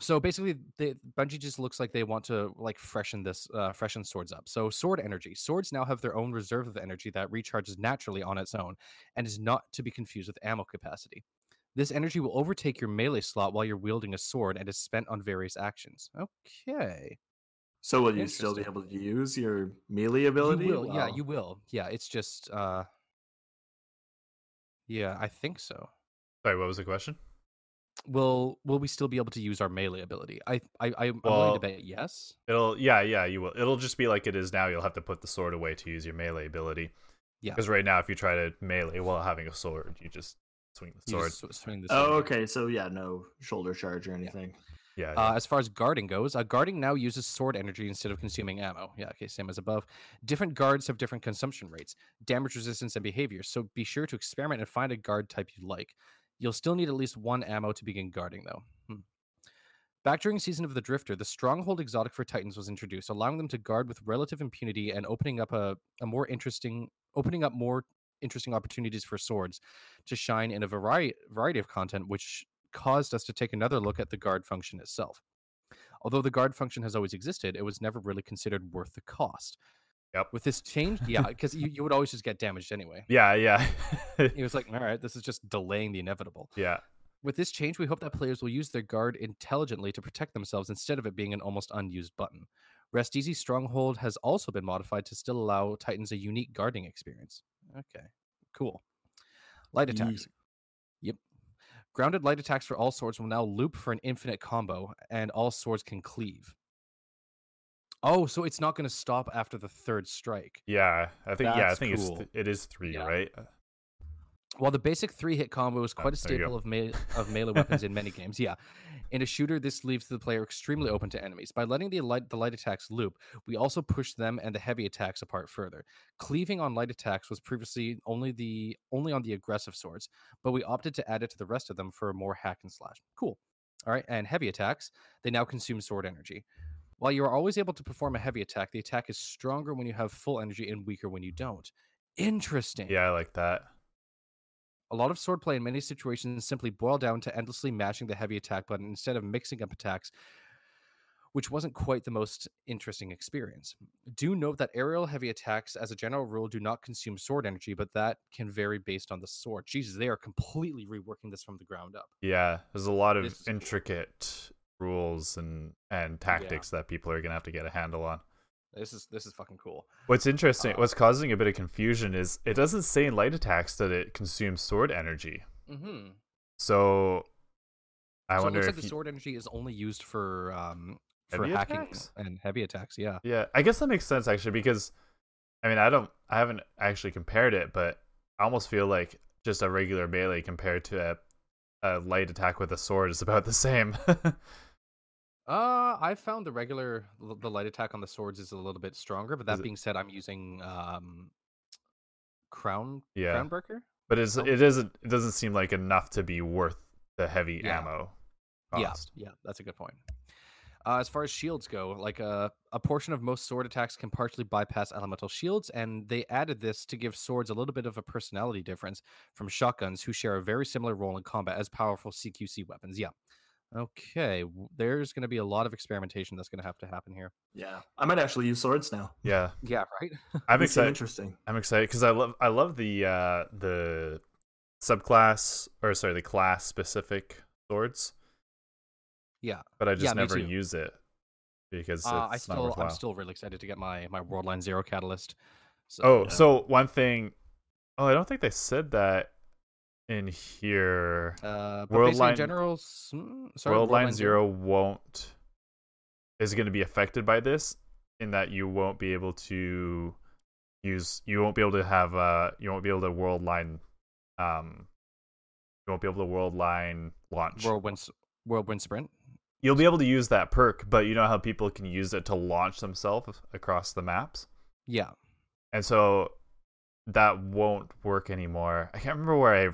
So basically, they, Bungie just looks like they want to like freshen this, uh, freshen swords up. So sword energy. Swords now have their own reserve of energy that recharges naturally on its own, and is not to be confused with ammo capacity. This energy will overtake your melee slot while you're wielding a sword and is spent on various actions. Okay.
So will you still be
Interesting.
able to use your melee ability?
You will, yeah,
Wow.
you will. Yeah, it's just uh Yeah, I think so.
Sorry, what was the question?
Will will we still be able to use our melee ability? I I I- I'm willing
Well,
to bet yes.
It'll yeah, yeah, you will. It'll just be like it is now. You'll have to put the sword away to use your melee ability.
Yeah.
Because right now, if you try to melee while having a sword, you just swing the
You
sword.
just sw- swing the
Oh,
sword.
okay. So yeah, no shoulder charge or anything.
Yeah.
Uh, as far as guarding goes, uh, guarding now uses sword energy instead of consuming ammo. Yeah, okay, same as above. Different guards have different consumption rates, damage resistance, and behavior, so be sure to experiment and find a guard type you like. You'll still need at least one ammo to begin guarding, though. Hmm. Back during Season of the Drifter, the Stronghold exotic for Titans was introduced, allowing them to guard with relative impunity and opening up a, a more interesting opening up more interesting opportunities for swords to shine in a variety variety of content, which caused us to take another look at the guard function itself. Although the guard function has always existed, it was never really considered worth the cost.
Yep.
With this change, yeah, because you, you would always just get damaged anyway.
yeah. Yeah.
It was like, all right, this is just delaying the inevitable.
yeah.
With this change, we hope that players will use their guard intelligently to protect themselves instead of it being an almost unused button. Rest Easy Stronghold has also been modified to still allow Titans a unique guarding experience. Okay, cool. Light
Ye-
attacks. Yep. Grounded light attacks for all swords will now loop for an infinite combo, and all swords can cleave. Oh, so it's not going to stop after the third strike.
Yeah. I think. yeah. I
That's
think
cool.
it's th- it is three,
Yeah.
right? Uh,
While the basic three hit combo is
Oh,
quite a
there you go.
staple of, me- of melee weapons in many games, yeah. In a shooter, this leaves the player extremely open to enemies. By letting the light, the light attacks loop, we also push them and the heavy attacks apart further. Cleaving on light attacks was previously only the only on the aggressive swords, but we opted to add it to the rest of them for a more hack and slash. Cool. All right, and heavy attacks, they now consume sword energy. While you are always able to perform a heavy attack, the attack is stronger when you have full energy and weaker when you don't. Interesting.
Yeah. I like that.
A lot of swordplay in many situations simply boil down to endlessly mashing the heavy attack button instead of mixing up attacks, which wasn't quite the most interesting experience. Do note that aerial heavy attacks, as a general rule, do not consume sword energy, but that can vary based on the sword. Jesus, they are completely reworking this from the ground up.
Yeah. There's a lot of
This is cool.
intricate rules and and tactics that people are gonna have to get a handle on.
This is this is fucking cool.
What's interesting,
Uh,
what's causing a bit of confusion is it doesn't say in light attacks that it consumes sword energy.
Mm-hmm.
So I
so
wonder
it looks
if
like the
you-
sword energy is only used for um for
Heavy
hacking
attacks?
and heavy attacks. Yeah,
Yeah, I guess that makes sense actually because I mean, I don't I haven't actually compared it, but I almost feel like just a regular melee compared to a, a light attack with a sword is about the same.
uh, I found the regular l- the light attack on the swords is a little bit stronger. But
Is
that
it-
being said, I'm using um, crown
yeah.
crownbreaker.
But it's
Oh.
it isn't it doesn't seem like enough to be worth the heavy
Yeah.
ammo
Yeah,
cost.
yeah, that's a good point. Uh, as far as shields go, like uh, a portion of most sword attacks can partially bypass elemental shields, and they added this to give swords a little bit of a personality difference from shotguns, who share a very similar role in combat as powerful CQC weapons. Yeah. Okay, w- there's going to be a lot of experimentation that's going to have to happen here.
Yeah, I might actually use swords now.
Yeah.
Yeah, right.
I'm
These seem
excited
Interesting.
I'm excited because I love I love the uh the subclass or sorry, the class specific swords.
Yeah.
But I just
Yeah, me
never
too.
use it because
Uh, I
it's not
still,
worthwhile.
I'm still really excited to get my my Worldline Zero Catalyst. So,
Oh,
yeah.
so one thing. Oh, I don't think they said that in here.
uh, but basically
Worldline-
in general, s- mm, sorry,
World Line 0 won't is going to be affected by this in that you won't be able to use you won't be able to have uh you won't be able to world line um you won't be able to world line launch.
Whirlwind, S- Whirlwind Sprint.
You'll be able to use that perk, but you know how people can use it to launch themselves across the maps.
Yeah.
and so that won't work anymore. I can't remember where I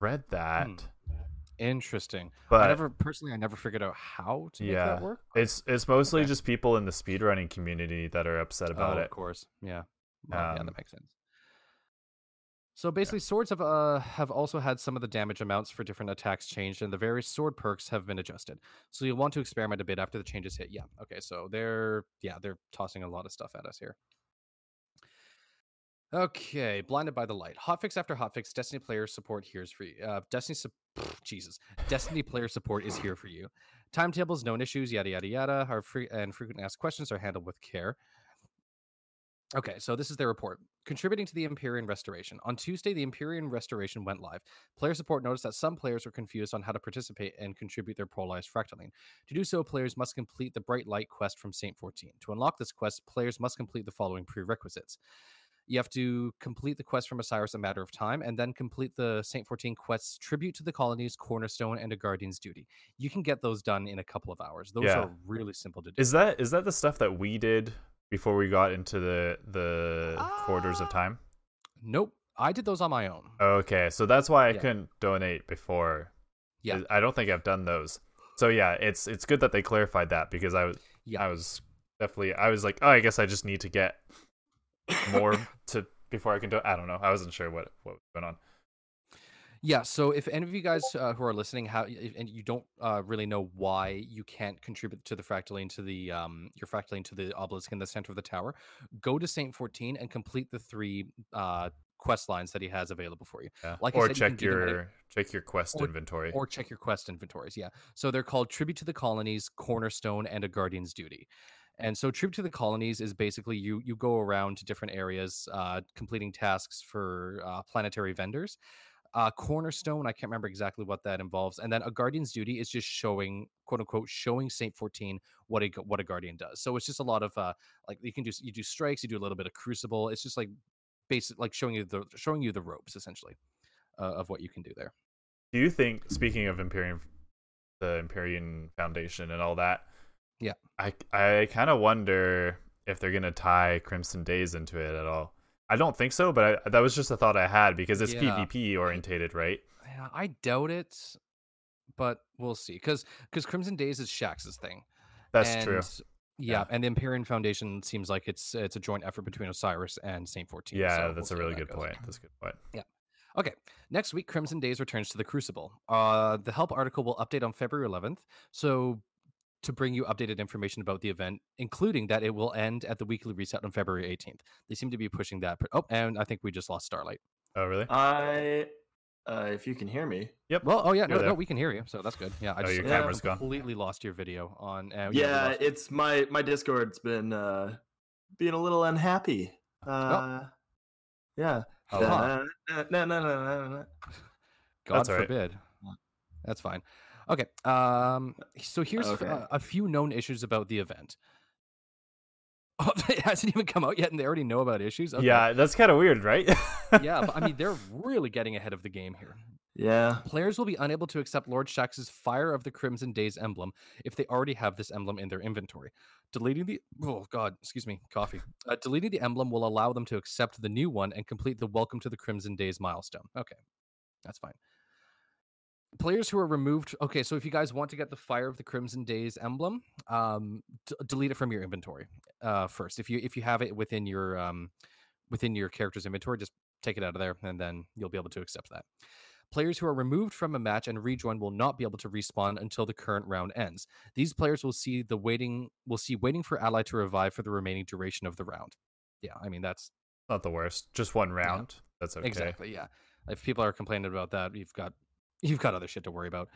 read that,
Hmm. Interesting. I
but
never personally, I never figured out how to make
Yeah.
that work.
it's it's mostly
Okay.
just people in the speedrunning community that are upset about
Oh,
it.
Of course, yeah. Well, yeah,
Um,
that makes sense. So basically, swords have uh, have also had some of the damage amounts for different attacks changed, and the various sword perks have been adjusted. So you'll want to experiment a bit after the changes hit. Yeah. Okay. So they're yeah they're tossing a lot of stuff at us here. Okay, blinded by the light. Hotfix after hotfix. Destiny player support here is for you. Uh, Destiny, sup- Jesus, Destiny player support is here for you. Timetables, known issues, yada yada yada, are free and frequent asked questions are handled with care. Okay, so this is their report. Contributing to the Empyrean Restoration. On Tuesday, the Empyrean Restoration went live. Player support noticed that some players were confused on how to participate and contribute their polarized fractaline. To do so, players must complete the Bright Light quest from Saint 14. To unlock this quest, players must complete the following prerequisites. You have to complete the quest from Osiris A Matter of Time, and then complete the Saint 14 quests Tribute to the Colonies, Cornerstone, and A Guardian's Duty. You can get those done in a couple of hours. Those
Yeah.
are really simple to do.
Is that is that the stuff that we did before we got into the the quarters of
Ah.
time?
nope. I did those on my own.
Okay, so that's why I
Yeah.
couldn't donate before.
Yeah.
I don't think I've done those. So yeah, it's it's good that they clarified that because I was
Yeah.
I was definitely I was like, oh, I guess I just need to get more to before I can do. I don't know. I wasn't sure what what was going on.
Yeah. So if any of you guys uh, who are listening, how if, and you don't uh, really know why you can't contribute to the fractaline to the um your fractaline to the obelisk in the center of the tower, go to Saint Fourteen and complete the three uh quest lines that he has available for you,
Yeah.
Like I
or
said, you can
check
do them
your
any-
check your quest
or-
inventory.
or check your quest inventories. Yeah. So they're called Tribute to the Colonies, Cornerstone, and A Guardian's Duty. And so Tribute to the Colonies is basically you you go around to different areas, uh, completing tasks for uh, planetary vendors. uh, cornerstone. I can't remember exactly what that involves. And then a guardian's duty is just showing, quote unquote, showing Saint Fourteen what a gu- what a guardian does. So it's just a lot of uh, like you can do s- you do strikes, you do a little bit of crucible. It's just like basic like showing you the showing you the ropes essentially uh, of what you can do there.
do you think speaking of Empyrean the Empyrean Foundation and all that?
Yeah.
I I kind of wonder if they're gonna tie Crimson Days into it at all. I don't think so, but I, that was just a thought I had because it's
Yeah.
PvP orientated, right?
Yeah, I doubt it, but we'll see. Because because Crimson Days is Shax's thing.
That's true.
and- Yeah,
Yeah.
and the Empyrean Foundation seems like it's it's a joint effort between Osiris and Saint Fourteen.
Yeah,
so we'll
that's
see
a
how
really
that
good
goes.
point. That's a good point.
Okay, next week, Crimson Days returns to the Crucible. Uh, the help article will update on February 11th, so to bring you updated information about the event, including that it will end at the weekly reset on February 18th. They seem to be pushing that. pr- Oh, and I think we just lost Starlight.
Oh,
Um,
really?
I, uh, if you can hear me.
yep.
Well, oh yeah,
You're
no, no,
there.
we can hear you, so that's good. Yeah, I
Oh,
just
your
I
camera's gone.
completely lost your video on. Uh, we
yeah,
lost-
it's my my Discord's been uh, being a little unhappy. Uh, yeah.
Oh,
Oh.
uh,
Huh.
Na- na- na- na- na- na- na- na.
God
That's all right.
forbid. That's fine. Okay. Um. So here's f-
Okay.
a- a few known issues about the event. Oh, it hasn't even come out yet, and they already know about issues. Okay.
Yeah, that's kind of weird, right?
Yeah, but I mean, they're really getting ahead of the game here.
Yeah.
Players will be unable to accept Lord Shax's Fire of the Crimson Days emblem if they already have this emblem in their inventory. Deleting the oh god, excuse me, coffee. Uh, deleting the emblem will allow them to accept the new one and complete the Welcome to the Crimson Days milestone. Okay, that's fine. Players who are removed. Okay, so if you guys want to get the Fire of the Crimson Days emblem, um, d- delete it from your inventory uh, first. If you if you have it within your um, within your character's inventory, just take it out of there, and then you'll be able to accept that. Players who are removed from a match and rejoined will not be able to respawn until the current round ends. These players will see the waiting will see waiting for ally to revive for the remaining duration of the round. Yeah, I mean that's
Not the worst. Just one round. That's okay.
exactly yeah. If people are complaining about that, you've got you've got other shit to worry about.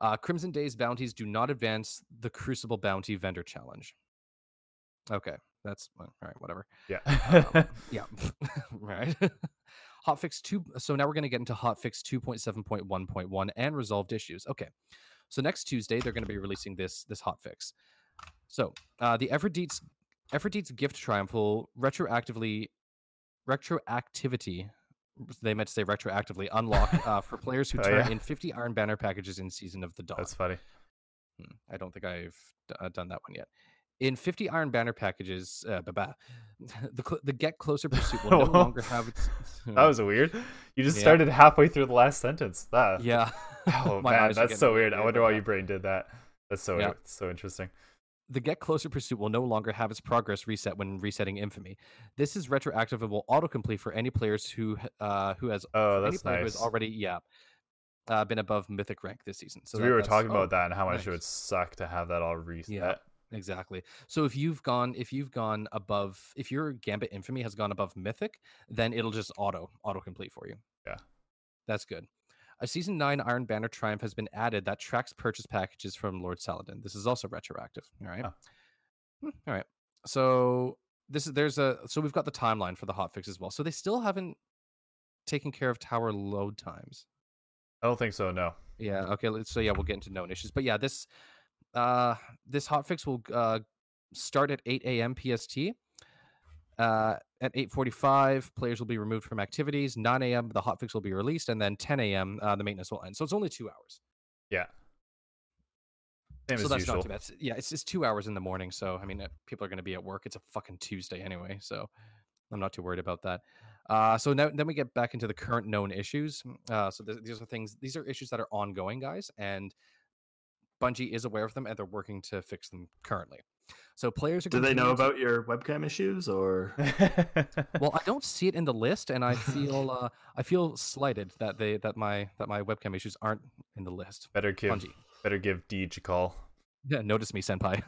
Uh, Crimson Days bounties do not advance the Crucible Bounty Vendor Challenge. Okay, that's all right. Whatever.
Yeah.
Yeah. right. Hotfix 2. So now we're going to get into Hotfix 2.7.1.1 and resolved issues. Okay. So next Tuesday, they're going to be releasing this this hotfix. So uh, the Everdeets, Everdeets Gift Triumph will retroactively, retroactivity, they meant to say retroactively, unlock uh, for players who
Oh,
turn
yeah.
in 50 Iron Banner packages in Season of the Dawn.
that's funny.
Hmm, I don't think I've d- uh, done that one yet. In 50 Iron Banner packages, uh, ba-ba, the, cl- the Get Closer Pursuit will no
Whoa.
longer have its.
That was weird. You just
Yeah.
started halfway through the last sentence. That.
Yeah.
uh, Oh
My
man,
eyes
that's
are getting
so weird. I wonder
right
why
now.
your brain did that. That's so
Yeah.
so interesting.
The Get Closer Pursuit will no longer have its progress reset when resetting Infamy. This is retroactive and will autocomplete for any players who h- uh, who has
Oh,
any
that's
player who
nice.
has already yeah uh, been above mythic rank this season. So
So
that-
we were
that's-
talking
oh.
about that and how much
nice.
it would suck to have that all reset.
Exactly. So if you've gone if you've gone above if your gambit infamy has gone above mythic, then it'll just auto autocomplete for you.
Yeah.
That's good. A season 9 Iron Banner Triumph has been added that tracks purchase packages from Lord Saladin. This is also retroactive, all right?
Oh.
Hmm, All right. So this is there's a so we've got the timeline for the hotfix as well. So they still haven't taken care of tower load times.
I don't think so. No.
Yeah. Okay. let's- So yeah, we'll get into known issues, but yeah, this uh this hotfix will uh start at 8 a.m. PST. Uh, at 8:45, players will be removed from activities. 9 a.m. the hotfix will be released, and then 10 a.m. Uh, the maintenance will end. So it's only two hours.
Yeah. Same
so
as
that's
usual.
not too bad. S- Yeah, it's just two hours in the morning. So I mean, uh, people are going to be at work. It's a fucking Tuesday anyway, so I'm not too worried about that. Uh, so now then we get back into the current known issues. Uh, so th- these are things. These are issues that are ongoing, guys, and Bungie is aware of them and they're working to fix them currently. So players are.
Do they know
continuing to-
about your webcam issues or?
Well, I don't see it in the list, and I feel uh, I feel slighted that they that my that my webcam issues aren't in the list.
better give
Bungie.
better give Deej a call.
Yeah, notice me, Senpai.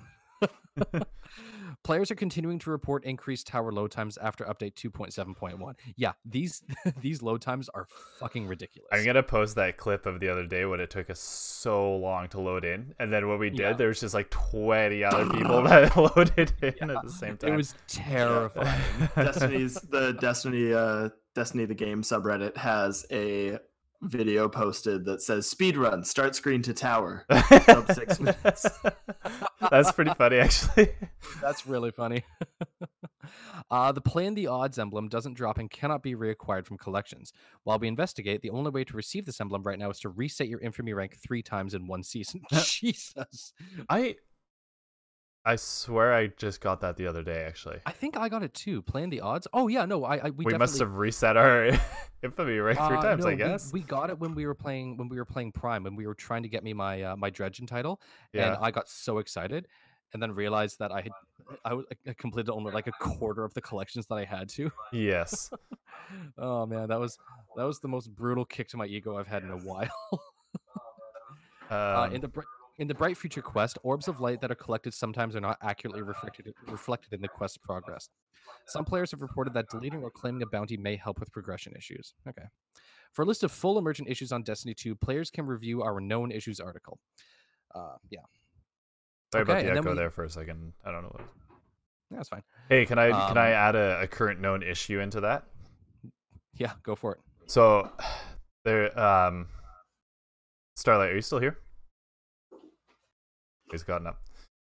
Players are continuing to report increased tower load times after update 2.7.1. Yeah, these these load times are fucking ridiculous.
I'm gonna post that clip of the other day when it took us so long to load in, and then when we did,
Yeah.
there was just like 20 other people that loaded in at the same time.
it was terrifying.
Destiny's the Destiny uh Destiny the game subreddit has a video posted that says speedrun start screen to tower. sub six minutes.
That's pretty funny, actually.
That's really funny. uh, the play in the odds emblem doesn't drop and cannot be reacquired from collections. While we investigate, the only way to receive this emblem right now is to reset your infamy rank three times in one season. Jesus.
I I swear I just got that the other day. Actually,
I think I got it too. Playing the odds. Oh yeah, no, I, I we,
we, must
definitely-
have reset our infamy right three
Uh,
times.
no,
I
we-
guess.
we, got it when we were playing when we were playing Prime when we were trying to get me my uh, my Dredgen title, and
yeah.
I got so excited, and then realized that I had I, was- I completed only like a quarter of the collections that I had to.
yes.
Oh man, that was that was the most brutal kick to my ego I've had in a while. uh,
Um,
in the br- in the Bright Future quest, orbs of light that are collected sometimes are not accurately reflected reflected in the quest's progress. Some players have reported that deleting or claiming a bounty may help with progression issues. Okay. For a list of full emergent issues on Destiny 2, players can review our known issues article. Uh, yeah,
sorry
okay,
about the
and then
echo
we-
there for a second. I don't know. What...
that's fine.
Hey, can I
Um,
can I add a, a current known issue into that?
Yeah, go for it.
So, there. Um, Starlight, are you still here? he's gotten up.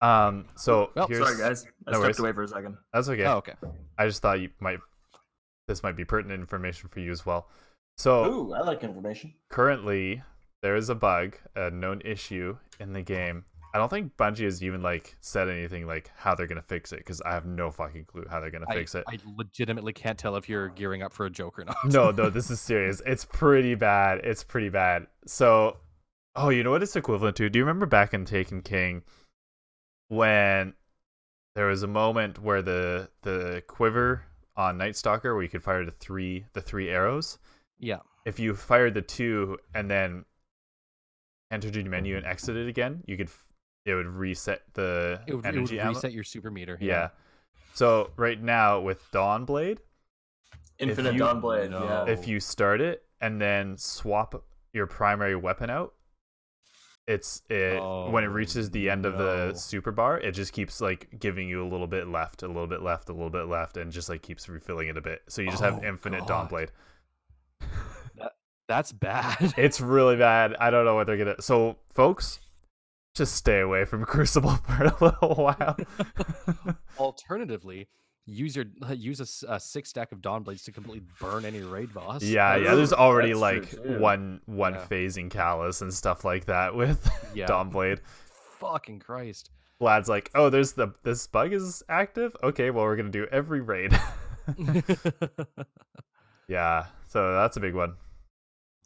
Um, so
Well,
here's,
Sorry, guys. I
no
stepped
worries.
away for a second.
That's okay.
Oh, okay.
I just thought you might this might be pertinent information for you as well. So
Ooh, I like information.
currently there is a bug, a known issue in the game. I don't think Bungie has even like said anything like how they're gonna fix it because I have no fucking clue how they're gonna
I,
fix it.
I legitimately can't tell if you're gearing up for a joke or not.
no, no, this is serious. It's pretty bad. It's pretty bad. So, oh, you know what it's equivalent to? Do you remember back in Taken King when there was a moment where the the quiver on Night Stalker where you could fire the three the three arrows?
Yeah.
If you fired the two and then entered your menu and exited again, you could f- it would reset the
It would, it would
energy ammo.
reset your super meter.
yeah. So right now with Dawnblade,
Infinite
you-
Dawnblade.
No.
Yeah.
if you start it and then swap your primary weapon out it's it when it
Oh,
reaches the end of
no.
the super bar it just keeps like giving you a little bit left a little bit left a little bit left and just like keeps refilling it a bit so you just
Oh,
have infinite dawn
God.
blade
That's bad.
it's really bad i don't know what they're gonna so folks just stay away from crucible for a little while
Alternatively, use your use a s- a, six stack of Dawnblades to completely burn any raid boss.
yeah yeah
Ooh,
there's already
that's
like
true too.
one one
Yeah.
phasing callus and stuff like that with
Yeah.
dawn blade
Fucking Christ.
Vlad's like, oh, there's the this bug is active. Okay, well we're gonna do every raid.
and
yeah, so that's a big one.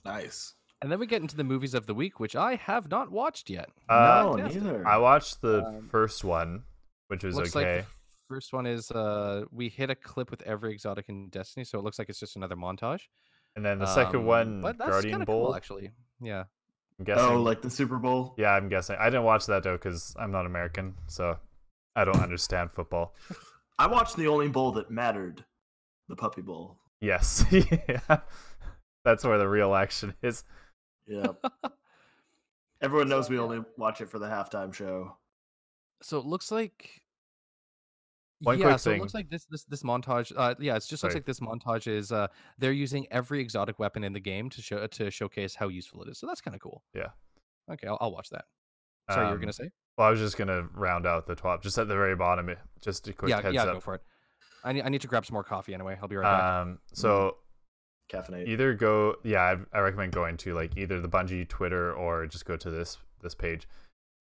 nice.
then we get into the movies of the week, which I have not watched yet.
Uh,
no,
fantastic.
neither.
I watched the
Um,
first one, which was
looks
okay.
like the first one is uh we hit a clip with every exotic in Destiny, so it looks like it's just another montage.
and then the second
Um,
one,
but that's
Guardian
kinda
Bowl.
cool, actually. Yeah.
I'm guessing.
oh, like the Super Bowl.
yeah, I'm guessing. I didn't watch that though because I'm not American, so I don't understand football.
I watched the only bowl that mattered, the Puppy Bowl.
Yes, yeah, that's where the real action is.
Yeah. Everyone knows we only watch it for the halftime show.
So it looks like
One
yeah,
quick
so it
thing.
looks like this this this montage. Uh, yeah, it just
Sorry.
looks like this montage is uh they're using every exotic weapon in the game to show to showcase how useful it is. So that's kind of cool.
Yeah.
Okay, I'll, I'll watch that. Sorry, you were
Um,
gonna say?
Well, I was just gonna round out the top, just at the very bottom. it- Just a quick
Yeah,
heads
yeah,
up.
go for it. I need I need to grab some more coffee anyway. I'll be right back.
um,
Mm-hmm.
so
Caffeinate.
either go yeah I, I recommend going to like either the Bungie twitter or just go to this this page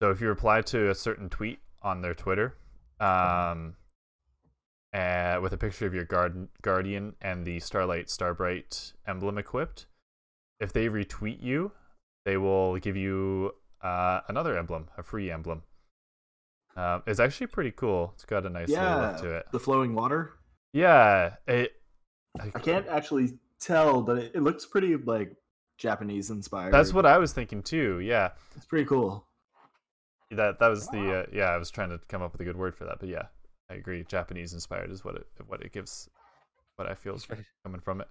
so if you reply to a certain tweet on their twitter
Uh-huh.
um uh, with a picture of your guard, guardian and the starlight starbright emblem equipped if they retweet you they will give you uh, another emblem a free emblem um, it's actually pretty cool it's got a nice little
yeah.
look to it
The flowing water.
yeah it
I can't actually tell, but it, it looks pretty like Japanese inspired.
that's what i was thinking too yeah
It's pretty cool.
That that was the uh, yeah. I was trying to come up with a good word for that, but yeah, I agree. Japanese inspired is what it what it gives. What I feel is
That's right.
coming from it.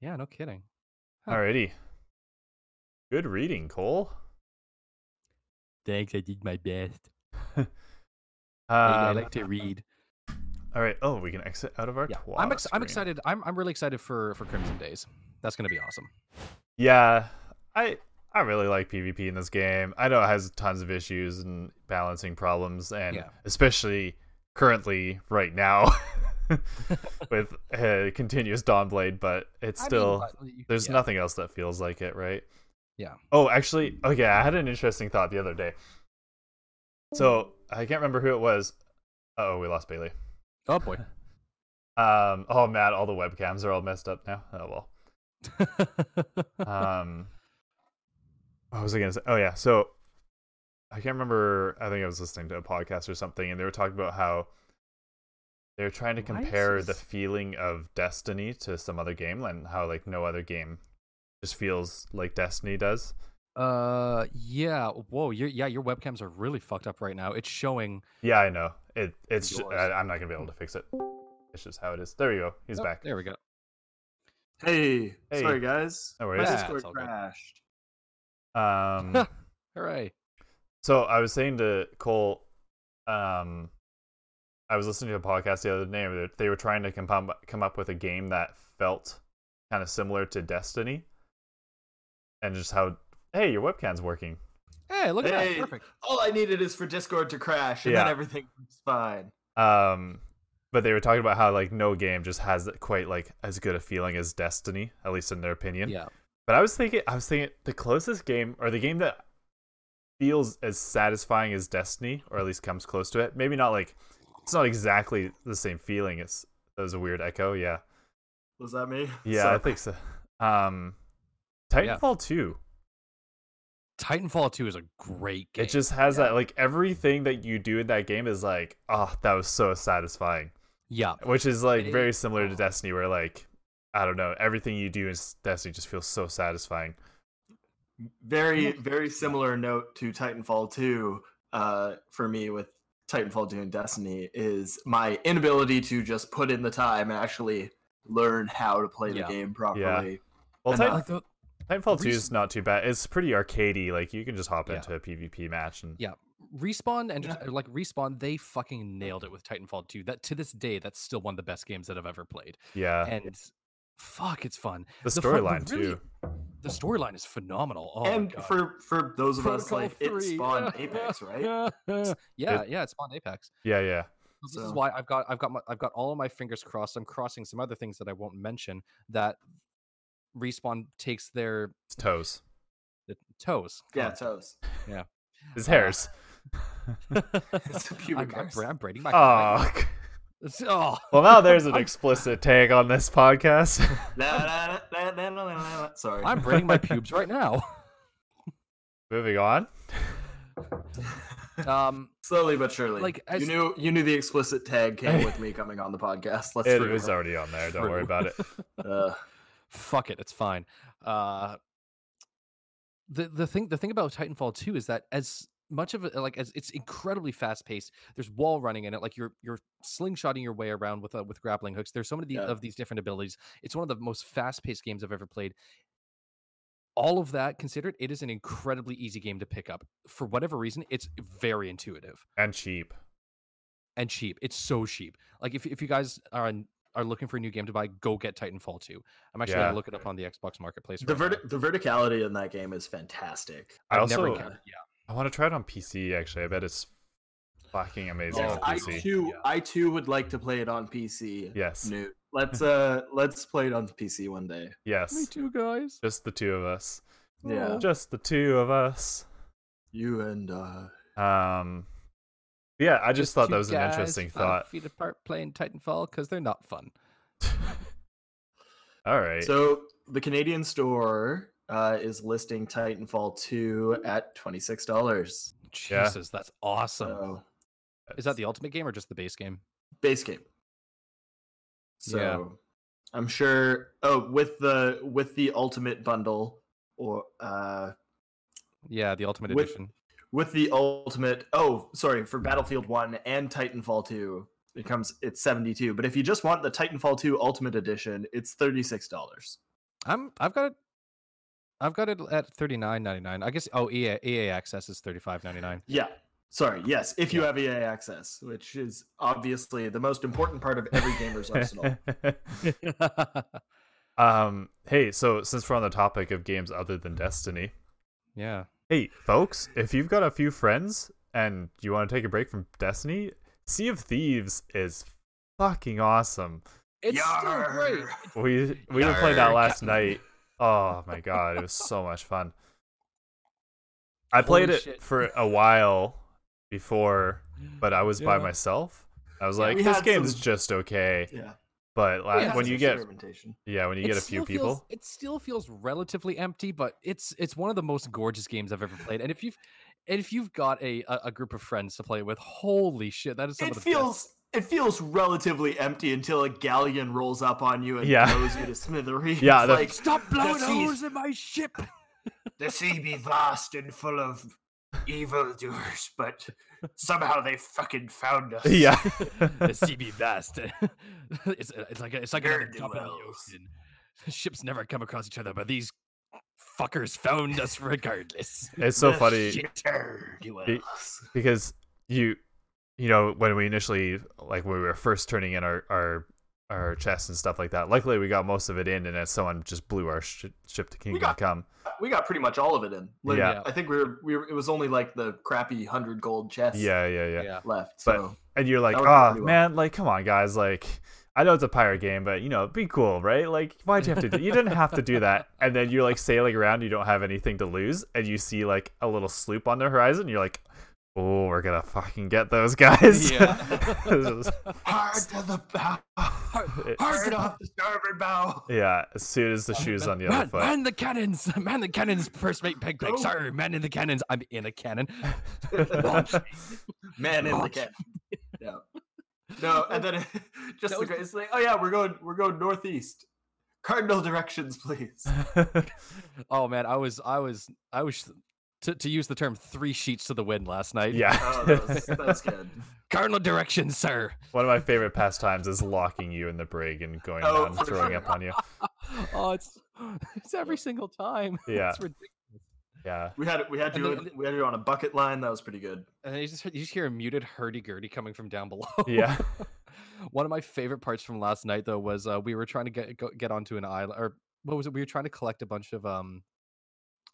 yeah, no kidding. Huh.
Alrighty, good reading, Cole.
Thanks, I did my best. I
Um,
like to read.
all right. Oh, we can exit out of our.
Yeah,
twat
I'm ex- I'm
screen.
excited. I'm I'm really excited for for Crimson Days. That's gonna be awesome.
Yeah, I I really like PvP in this game. I know it has tons of issues and balancing problems, and
Yeah.
especially currently right now with uh, continuous Dawnblade, but it's still. There's
nothing.
nothing else that feels like it, right?
Yeah.
Oh, actually, okay, I had an interesting thought the other day. So I can't remember who it was. Oh, we lost Bailey.
Oh boy.
Um. Oh, Matt, all the webcams are all messed up now. Oh well. Um. what was I gonna say? Oh yeah. So I can't remember. I think I was listening to a podcast or something, and they were talking about how they're trying to
Why is
compare the
this-
feeling of Destiny to some other game, and how like no other game just feels like Destiny does.
uh yeah. Whoa. Your yeah. Your webcams are really fucked up right now. It's showing.
Yeah, I know. It it's ju-
Yours.
I, I'm not gonna be able to fix it. It's just how it is. There you go. He's
Oh,
back.
There we go.
Hey,
Hey.
sorry guys.
No
My
worries.
Yeah,
Discord
it's all good.
crashed.
Um.
Hooray.
so I was saying to Cole, um, I was listening to a podcast the other day. where They were trying to come up, come up with a game that felt kind of similar to Destiny, and just how hey, your webcam's working.
Hey, look at
Hey.
that. Perfect.
All I needed is for Discord to crash, and then
Yeah.
everything was fine.
Um, but they were talking about how like no game just has quite like as good a feeling as Destiny, at least in their opinion.
Yeah.
But I was thinking, I was thinking the closest game or the game that feels as satisfying as Destiny, or at least comes close to it. Maybe not like it's not exactly the same feeling. It's that was a weird echo. Yeah,
Was that me?
yeah, I
Sorry.
think so. Um,
Yeah.
Titanfall two.
Titanfall 2 is a great game.
It just has
Yeah.
that like everything that you do in that game is like, oh, that was so satisfying.
yeah.
Which is like
It-
very similar to
oh.
Destiny, where like I don't know, everything you do in s- Destiny just feels so satisfying.
Very, very similar note to Titanfall 2 uh, for me with Titanfall 2 and Destiny is my inability to just put in the time and actually learn how to play
Yeah.
the game properly.
Well,
And, uh,
Titan-
Like the,
Titanfall Two is
recent-
not too bad. It's pretty arcadey. Like you can just hop
Yeah.
into a PvP match and
yeah. Respawn and uh,
Yeah.
like respawn, they fucking nailed it with Titanfall 2. That to this day, that's still one of the best games that I've ever played.
Uh, yeah,
and fuck, it's fun.
the
fu-
storyline
really-
too.
The storyline is phenomenal. Oh my
and
God.
for for those of us
Protocol
like it
3,
spawned Apex, right?
yeah, yeah, it spawned Apex.
Yeah, yeah,
This is
So-
why I've got I've got my, I've got all of my fingers crossed. I'm crossing some other things that I won't mention that respawn takes their
it's toes.
the toes. Come
Yeah,
on.
toes.
It's
Uh,
hairs.
It's a
I'm,
pubic
I'm, bra-
hairs.
I'm braiding my. hair right
oh,
now. It's- oh.
well now there's an
I'm-
explicit tag on this podcast.
Na- na- na- na- na- na- na- Sorry.
I'm braiding my pubes right now.
Moving on.
Um,
Slowly but surely.
Like, as-
you knew you knew the explicit tag came with me coming on the podcast. Let's
It
through.
was already on there. Don't
True.
worry about it.
Uh,
fuck it, it's fine. Uh, the the thing the thing about Titanfall 2 is that as much of it like as it's incredibly fast paced. There's wall running in it, like you're you're slingshotting your way around with uh, with grappling hooks. There's so many
Yeah.
of these different abilities. It's one of the most fast paced games I've ever played. All of that considered, it is an incredibly easy game to pick up. For whatever reason, it's very intuitive
And cheap.
and cheap. It's so cheap. Like if if you guys are on, are looking for a new game to buy, go get Titanfall 2. I'm actually
Yeah.
gonna look it up on the Xbox Marketplace.
the
right now.
verti- the verticality in that game is fantastic.
I
I've never
also
encountered- yeah.
I want to try it on PC. Actually, I bet it's fucking amazing
Yes,
on
I
PC.
too
Yeah.
I too would like to play it on PC.
Yes,
Newt. Let's uh let's play it on PC one day.
yes.
too, guys.
Just the two of us.
Yeah.
Just the two of us.
You and uh
Um, yeah, I just, thought that was an interesting thought.
Feet apart playing Titanfall because they're not fun.
All right.
So the Canadian store uh, is listing Titanfall 2 at $26.
Yeah.
Jesus, that's awesome.
So
Is that the ultimate game or just the base game?
base game. So
Yeah.
I'm sure oh with the with the ultimate bundle or uh
Yeah, the ultimate
With-
edition.
with the ultimate oh sorry for Battlefield 1 and Titanfall 2 it comes it's 72 but if you just want the Titanfall 2 ultimate edition it's $36.
I'm I've got it. I've got it at thirty nine ninety nine. I guess oh EA, EA access is thirty five ninety nine.
Yeah. Sorry. Yes, if you have EA access, which is obviously the most important part of every gamer's arsenal.
um. Hey, so since we're on the topic of games other than Destiny,
yeah.
hey folks, if you've got a few friends and you want to take a break from Destiny, Sea of Thieves is fucking awesome.
It's
Yarr.
still great.
We we were playing that
Yarr,
last
Captain.
night. Oh my god, it was so much fun. I played
Holy
it
shit.
for a while before, but I was by
Yeah.
myself. I was
Yeah,
like,
we
this
had
game's
some-
just okay.
Yeah.
But la-
Yeah.
when you get
experimentation.
yeah, when you
It
get a
still
few
feels-
people,
it still feels relatively empty, but it's it's one of the most gorgeous games I've ever played. And if you've and if you've got a a, a group of friends to play with, holy shit, that is some
It
of the best-
feels it feels relatively empty until a galleon rolls up on you and
Yeah.
blows you to smithereens.
Yeah, the-
like
Stop blowing
seas-
holes in my ship.
the sea be vast and full of evildoers, but somehow they fucking found us.
yeah,
the CB vast. it's, it's like a, it's like another
Nerd
drop in the
dwells.
ocean. Ships never come across each other, but these fuckers found us regardless.
it's so
The
funny
shitter dwells.
because you you know when we initially like when we were first turning in our our our chests and stuff like that. Luckily, we got most of it in, and then someone just blew our sh- ship to Kingdom
got-
Come.
We got pretty much all of it in. Like,
Yeah.
I think we were, we were, it was only like the crappy 100 gold chest
Yeah, yeah, yeah,
left.
But-
So
And you're like,
That worked out
oh
pretty well.
man, like come on, guys, like. I know it's a pirate game, but you know, it'd be cool, right? Like, why'd you have to do? You didn't have to do that. And then you're like sailing around, you don't have anything to lose, and you see like a little sloop on the horizon. You're like, oh, we're gonna fucking get those guys.
Yeah.
hard to the bow.
It-
Hard off the starboard bow.
yeah, as soon as the shoe's on the other
man,
foot.
man the cannons, man the cannons, first mate peg peg.
Oh.
Sorry, man in the cannons. I'm in a cannon.
Launch
Man in the
Launch.
cat. Yeah. No, and then just
That
the
was-
great, it's like, oh yeah, we're going we're going northeast. Cardinal directions, please.
Oh man, I was I was I was to, to use the term three sheets to the wind last night.
yeah.
Oh, that was, that was good.
Cardinal directions, sir.
One of my favorite pastimes is locking you in the brig and going
Oh,
around
for
throwing
sure.
up on you.
Oh, it's it's every single time.
Yeah.
It's ridiculous.
Yeah.
We had it. We had
And
you.
the-
we had you on a bucket line. That was pretty good.
And then you just hear- you just hear a muted hurdy gurdy coming from down below.
Oh.
Yeah.
One of my favorite parts from last night though was uh, we were trying to get go, get onto an island or what was it? We were trying to collect a bunch of um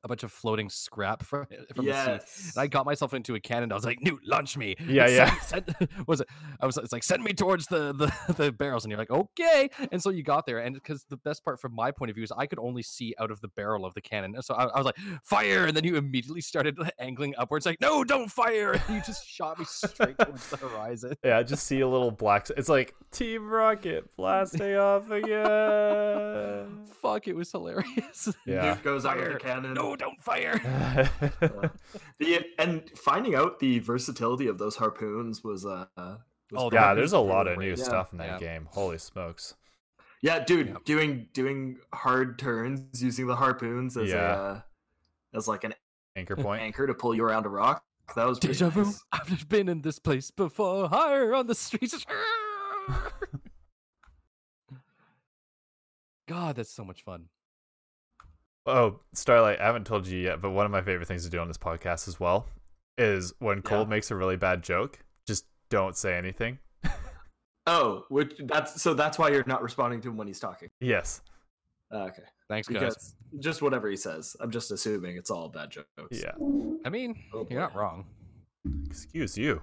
a bunch of floating scrap from from the sea.
yes.
And I got myself into a cannon. I was like, "Newt, launch me!"
Yeah,
And
yeah.
send- send- what was it? I was. It's like, "Send me towards the the, the barrels," and you're like, "Okay." And so you got there, and because the best part from my point of view is I could only see out of the barrel of the cannon, and so I, I was like, "Fire!" And then you immediately started angling upwards, like, "No, don't fire!" And you just shot me straight towards the horizon.
Yeah, just see a little black. It's like Team Rocket blasting off again.
Fuck! It was hilarious.
Uh. Yeah.
Nuke goes out with
Fire.
the cannon.
no, don't fire.
Uh, the, and finding out the versatility of those harpoons was uh
Oh,
was pretty
yeah,
good.
there's a lot of new
Yeah.
stuff in that
Yeah.
game. Holy smokes.
yeah dude
Yeah.
doing doing hard turns using the harpoons as
Yeah.
a uh, as like an
Anchor point.
anchor to pull you around a rock that was pretty
Deja vu.
nice.
I've been in this place before. Higher on the streets. God, that's so much fun.
Oh, Starlight, I haven't told you yet, but one of my favorite things to do on this podcast as well is when Cole
Yeah.
makes a really bad joke, just don't say anything.
oh which that's so that's why you're not responding to him when he's talking
Yes.
Uh, okay
Thanks, guys.
because just whatever he says i'm just assuming it's all bad jokes
Yeah.
I mean,
Oh,
you're not
boy.
wrong.
Excuse you.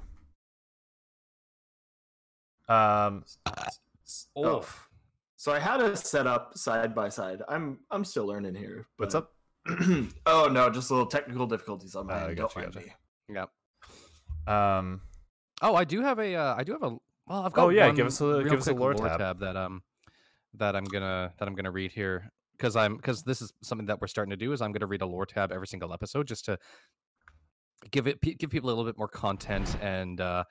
Um,
Oh. so i had a setup side by side i'm i'm still learning here
what's
but-
up?
oh no, just little technical difficulties on my
Ah,
end.
gotcha,
Don't mind
gotcha.
me.
Yeah.
Um,
Oh, I do have a. Uh, I do have a. Well, I've got.
Oh, yeah,
one
give us a-
real
give us a
quick
lore tab.
that um that I'm gonna that I'm gonna read here because I'm because this is something that we're starting to do is I'm gonna read a lore tab every single episode just to give it pe- give people a little bit more content and uh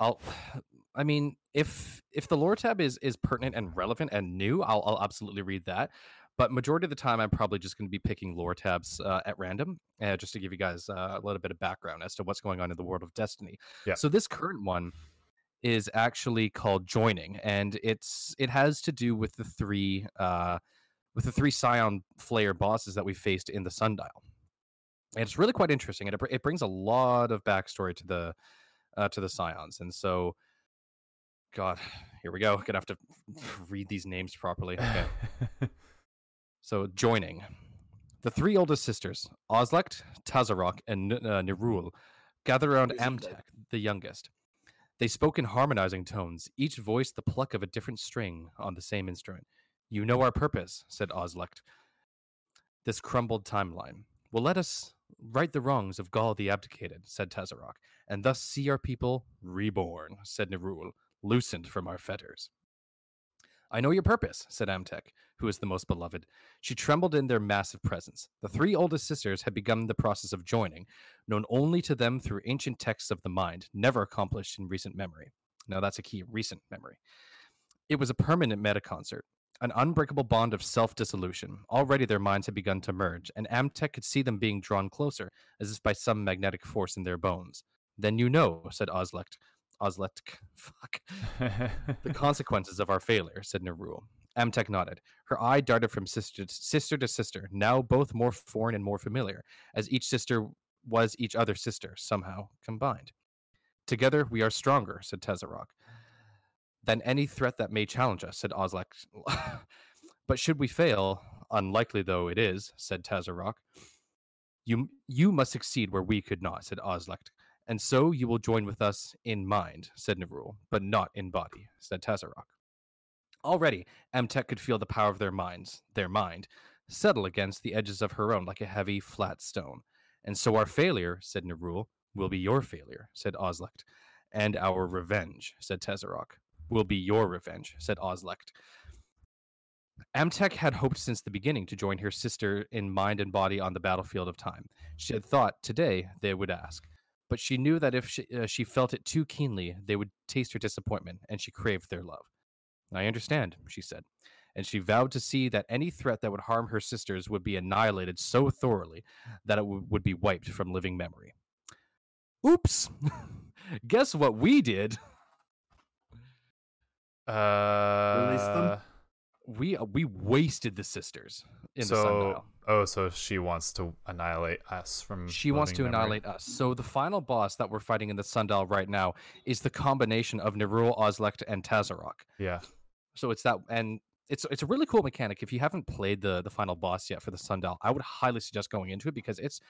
I'll I mean if if the lore tab is is pertinent and relevant and new I'll I'll absolutely read that but majority of the time i'm probably just going to be picking lore tabs uh, at random uh, just to give you guys uh, a little bit of background as to what's going on in the world of destiny
Yeah.
so this current one is actually called joining and it's it has to do with the three uh, with the three scion flayer bosses that we faced in the sundial and it's really quite interesting and it, br- it brings a lot of backstory to the uh, to the scions and so god here we go gonna have to read these names properly okay so joining the three oldest sisters, Oslect, Tazarok, and N- uh, Nerul, gather around
Who's the dead?
Amtek, the youngest. They spoke in harmonizing tones, each voice the pluck of a different string on the same instrument. You know our purpose, said Oslect. This crumbled timeline will let us right the wrongs of Gaul the Abdicated, said Tazarok, and thus see our people reborn, said Nerul, loosened from our fetters. I know your purpose, said Amtek, who is the most beloved. She trembled in their massive presence. The three oldest sisters had begun the process of joining, known only to them through ancient texts of the mind, never accomplished in recent memory. Now that's a key recent memory. It was a permanent meta concert, an unbreakable bond of self dissolution. Already their minds had begun to merge, and Amtek could see them being drawn closer, as if by some magnetic force in their bones. Then you know, said Oslect. Oslect, fuck. The consequences of our failure, said Nerul. Amtek nodded. Her eye darted from sister to, sister to sister, now both more foreign and more familiar, as each sister was each other's sister, somehow combined. Together we are stronger, said Tezerok. than any threat that may challenge us, said Ozlak. but should we fail, unlikely though it is, said Tazarok, you, you must succeed where we could not, said Ozlak. And so you will join with us in mind, said Nerul, but not in body, said Tazarok. Already, Amtek could feel the power of their minds, their mind, settle against the edges of her own like a heavy, flat stone. And so our failure, said Nerul, will be your failure, said Ozlekt. And our revenge, said Tezerok, will be your revenge, said Ozlekt. Amtek had hoped since the beginning to join her sister in mind and body on the battlefield of time. She had thought today they would ask, but she knew that if she, uh, she felt it too keenly, they would taste her disappointment, and she craved their love. I understand, she said, and she vowed to see that any threat that would harm her sisters would be annihilated so thoroughly that it w- would be wiped from living memory. Oops! Guess what we did?
Uh,
Release them?
We uh, we wasted the sisters in the
so,
sundial.
oh, so she wants to annihilate us from.
She wants
mm,
to
living memory.
annihilate us. So the final boss that we're fighting in the sundial right now is the combination of Nerul, Ozlekt, and Tazarok.
Yeah,
So it's that, and it's it's a really cool mechanic. If you haven't played the the final boss yet for the Sundial, I would highly suggest going into it because it's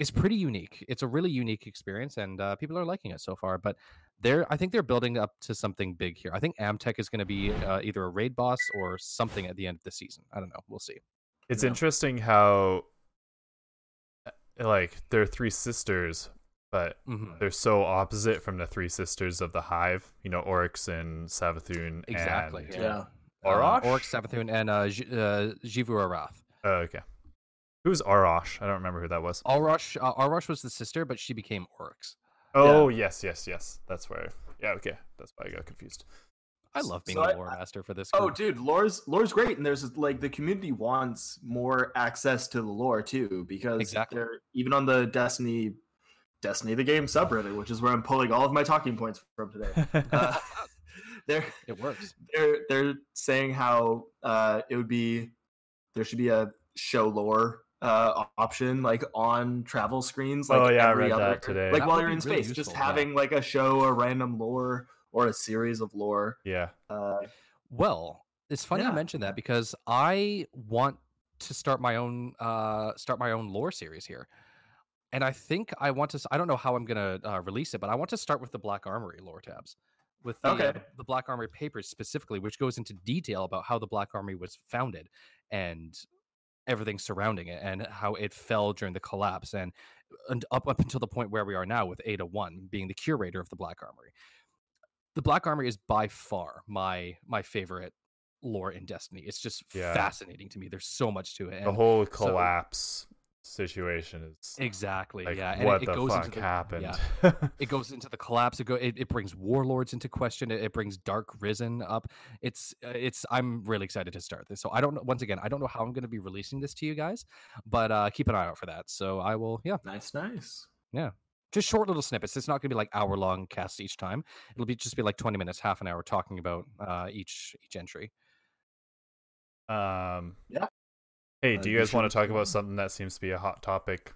it's pretty unique. It's a really unique experience, and uh, people are liking it so far. But they're I think they're building up to something big here. I think Amtech is going to be uh, either a raid boss or something at the end of the season. I don't know. We'll see.
it's
Yeah.
interesting how, uh, like, they're three sisters, but
Mm-hmm.
Mhm.
they're so opposite from the three sisters of the Hive. You know, Oryx and Savathun.
Exactly.
And,
Yeah.
Uh,
Arash?
Orc Savathun, and uh, J- uh, Jivu Arath.
Oh, okay. Who's Arash? I don't remember who that was.
Arash, uh, Arash was the sister, but she became Oryx.
Oh, yes, yes, yes. That's where. Yeah, okay. That's why I got confused.
I love being
So
a
I-
lore master for this.
Oh,
group.
dude, lore's lore's great, and there's like the community wants more access to the lore too, because
Exactly.
they're even on the Destiny, Destiny the game subreddit, which is where I'm pulling all of my talking points from today. Uh, they're
it works.
they're they're saying how uh, it would be there should be a show lore uh, option like on travel screens. Like
Oh, yeah, I
every
read
other,
that today.
Like
That
while
would
you're
be
in
really
space, just
useful, yeah.
having like a show, a random lore, or a series of lore.
yeah.
Uh,
Well, it's funny you
Yeah.
mention that because I want to start my own uh start my own lore series here. And I think I want to s- I don't know how I'm going to uh, release it, but I want to start with the Black Armory lore tabs with the, uh,
Okay.
the Black Armory papers specifically, which goes into detail about how the Black Armory was founded and everything surrounding it and how it fell during the collapse and, and up up until the point where we are now with Ada 1 being the curator of the Black Armory the Black Armory is by far my my favorite lore in Destiny. It's just
Yeah.
fascinating to me. There's so much to it.
the
and-
whole collapse situation is
exactly,
like
yeah. And
what
it, it
the
goes
fuck
into the,
happened.
yeah. It goes into the collapse. It go. It, it brings warlords into question. It, it brings Dark Risen up. It's uh, it's. I'm really excited to start this. So I don't know. Once again, I don't know how I'm going to be releasing this to you guys, but uh keep an eye out for that. So I will. Yeah,
nice, nice.
just short little snippets. It's not going to be like hour long casts each time. It'll be just be like 20 minutes, half an hour talking about uh each each entry.
um,
Yeah.
Hey,
Uh,
do you
you
guys want
should-
to talk about something that seems to be a hot topic?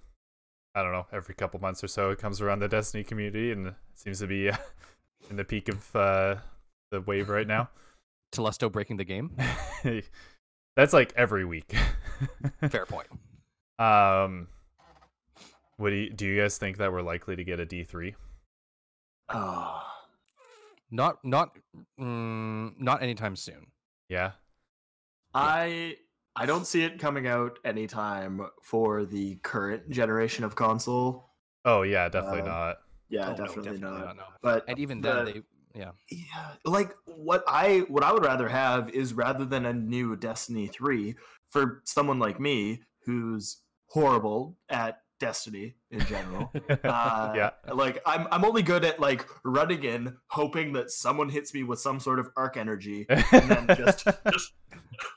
I don't know. Every couple months or so, it comes around the Destiny community, and it seems to be uh, in the peak of uh, the wave right now.
Telesto breaking the game.
That's like every week.
Fair point.
um, what do you, do you guys think that we're likely to get a D three?
Oh,
Not not mm, not anytime soon.
Yeah.
I I don't see it coming out anytime for the current generation of console.
Oh yeah, definitely
Uh,
not.
Yeah,
Oh, no,
definitely, not.
no.
But
And even
the-
then, they yeah.
yeah, like what I what I would rather have is rather than a new Destiny three for someone like me who's horrible at Destiny in general. Uh,
yeah.
like I'm I'm only good at like running in, hoping that someone hits me with some sort of arc energy, and then just just.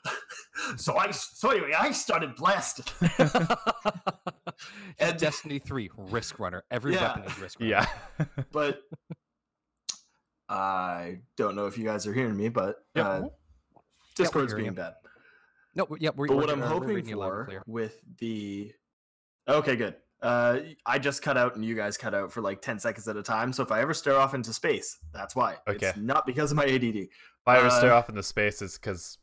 so I so anyway, I started blasting.
Just
And-
Destiny Three Risk Runner. Every
Yeah.
weapon is Risk Runner.
yeah.
but I don't know if you guys are hearing me, but
Yeah,
uh,
mhm.
Discord's
hearing
being
you.
bad.
No. Yeah. We're,
But
we're
what
hear-
I'm
uh, we're
hoping
reading you loud and
for
clear.
with the okay, good. Uh, I just cut out and you guys cut out for like 10 seconds at a time. So if I ever stare off into space, that's why.
Okay.
It's not because of my ADD.
If I ever stare
Uh,
off into space, it's because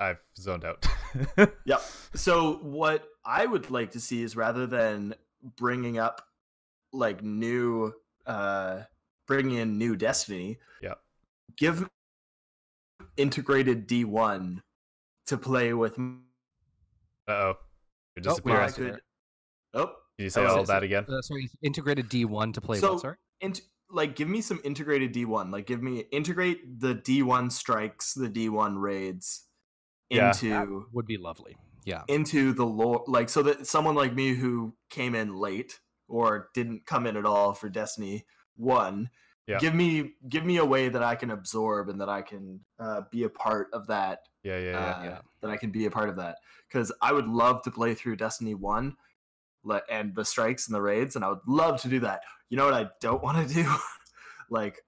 I've zoned out.
Yep. So what I would like to see is rather than bringing up like new uh bringing in new destiny,
Yep.
Give integrated D1 to play with m-
Uh oh. You're
Nope, we
disappearing.
where I
lost you
could
there.
Oh,
Can you say
Hello.
all that again?
Uh, sorry, integrated D one to play.
So-
what, sorry?
int- like give me some integrated D1. Like give me integrate the D1 strikes, the D1 raids
Yeah.
into
That would be lovely. Yeah.
into the lore like so that someone like me who came in late or didn't come in at all for destiny 1
Yeah.
give me give me a way that i can absorb and that i can uh, be a part of that
Yeah, yeah, yeah.
uh,
yeah.
that i can be a part of that because i would love to play through destiny 1 le- and the strikes and the raids and i would love to do that you know what i don't want to do like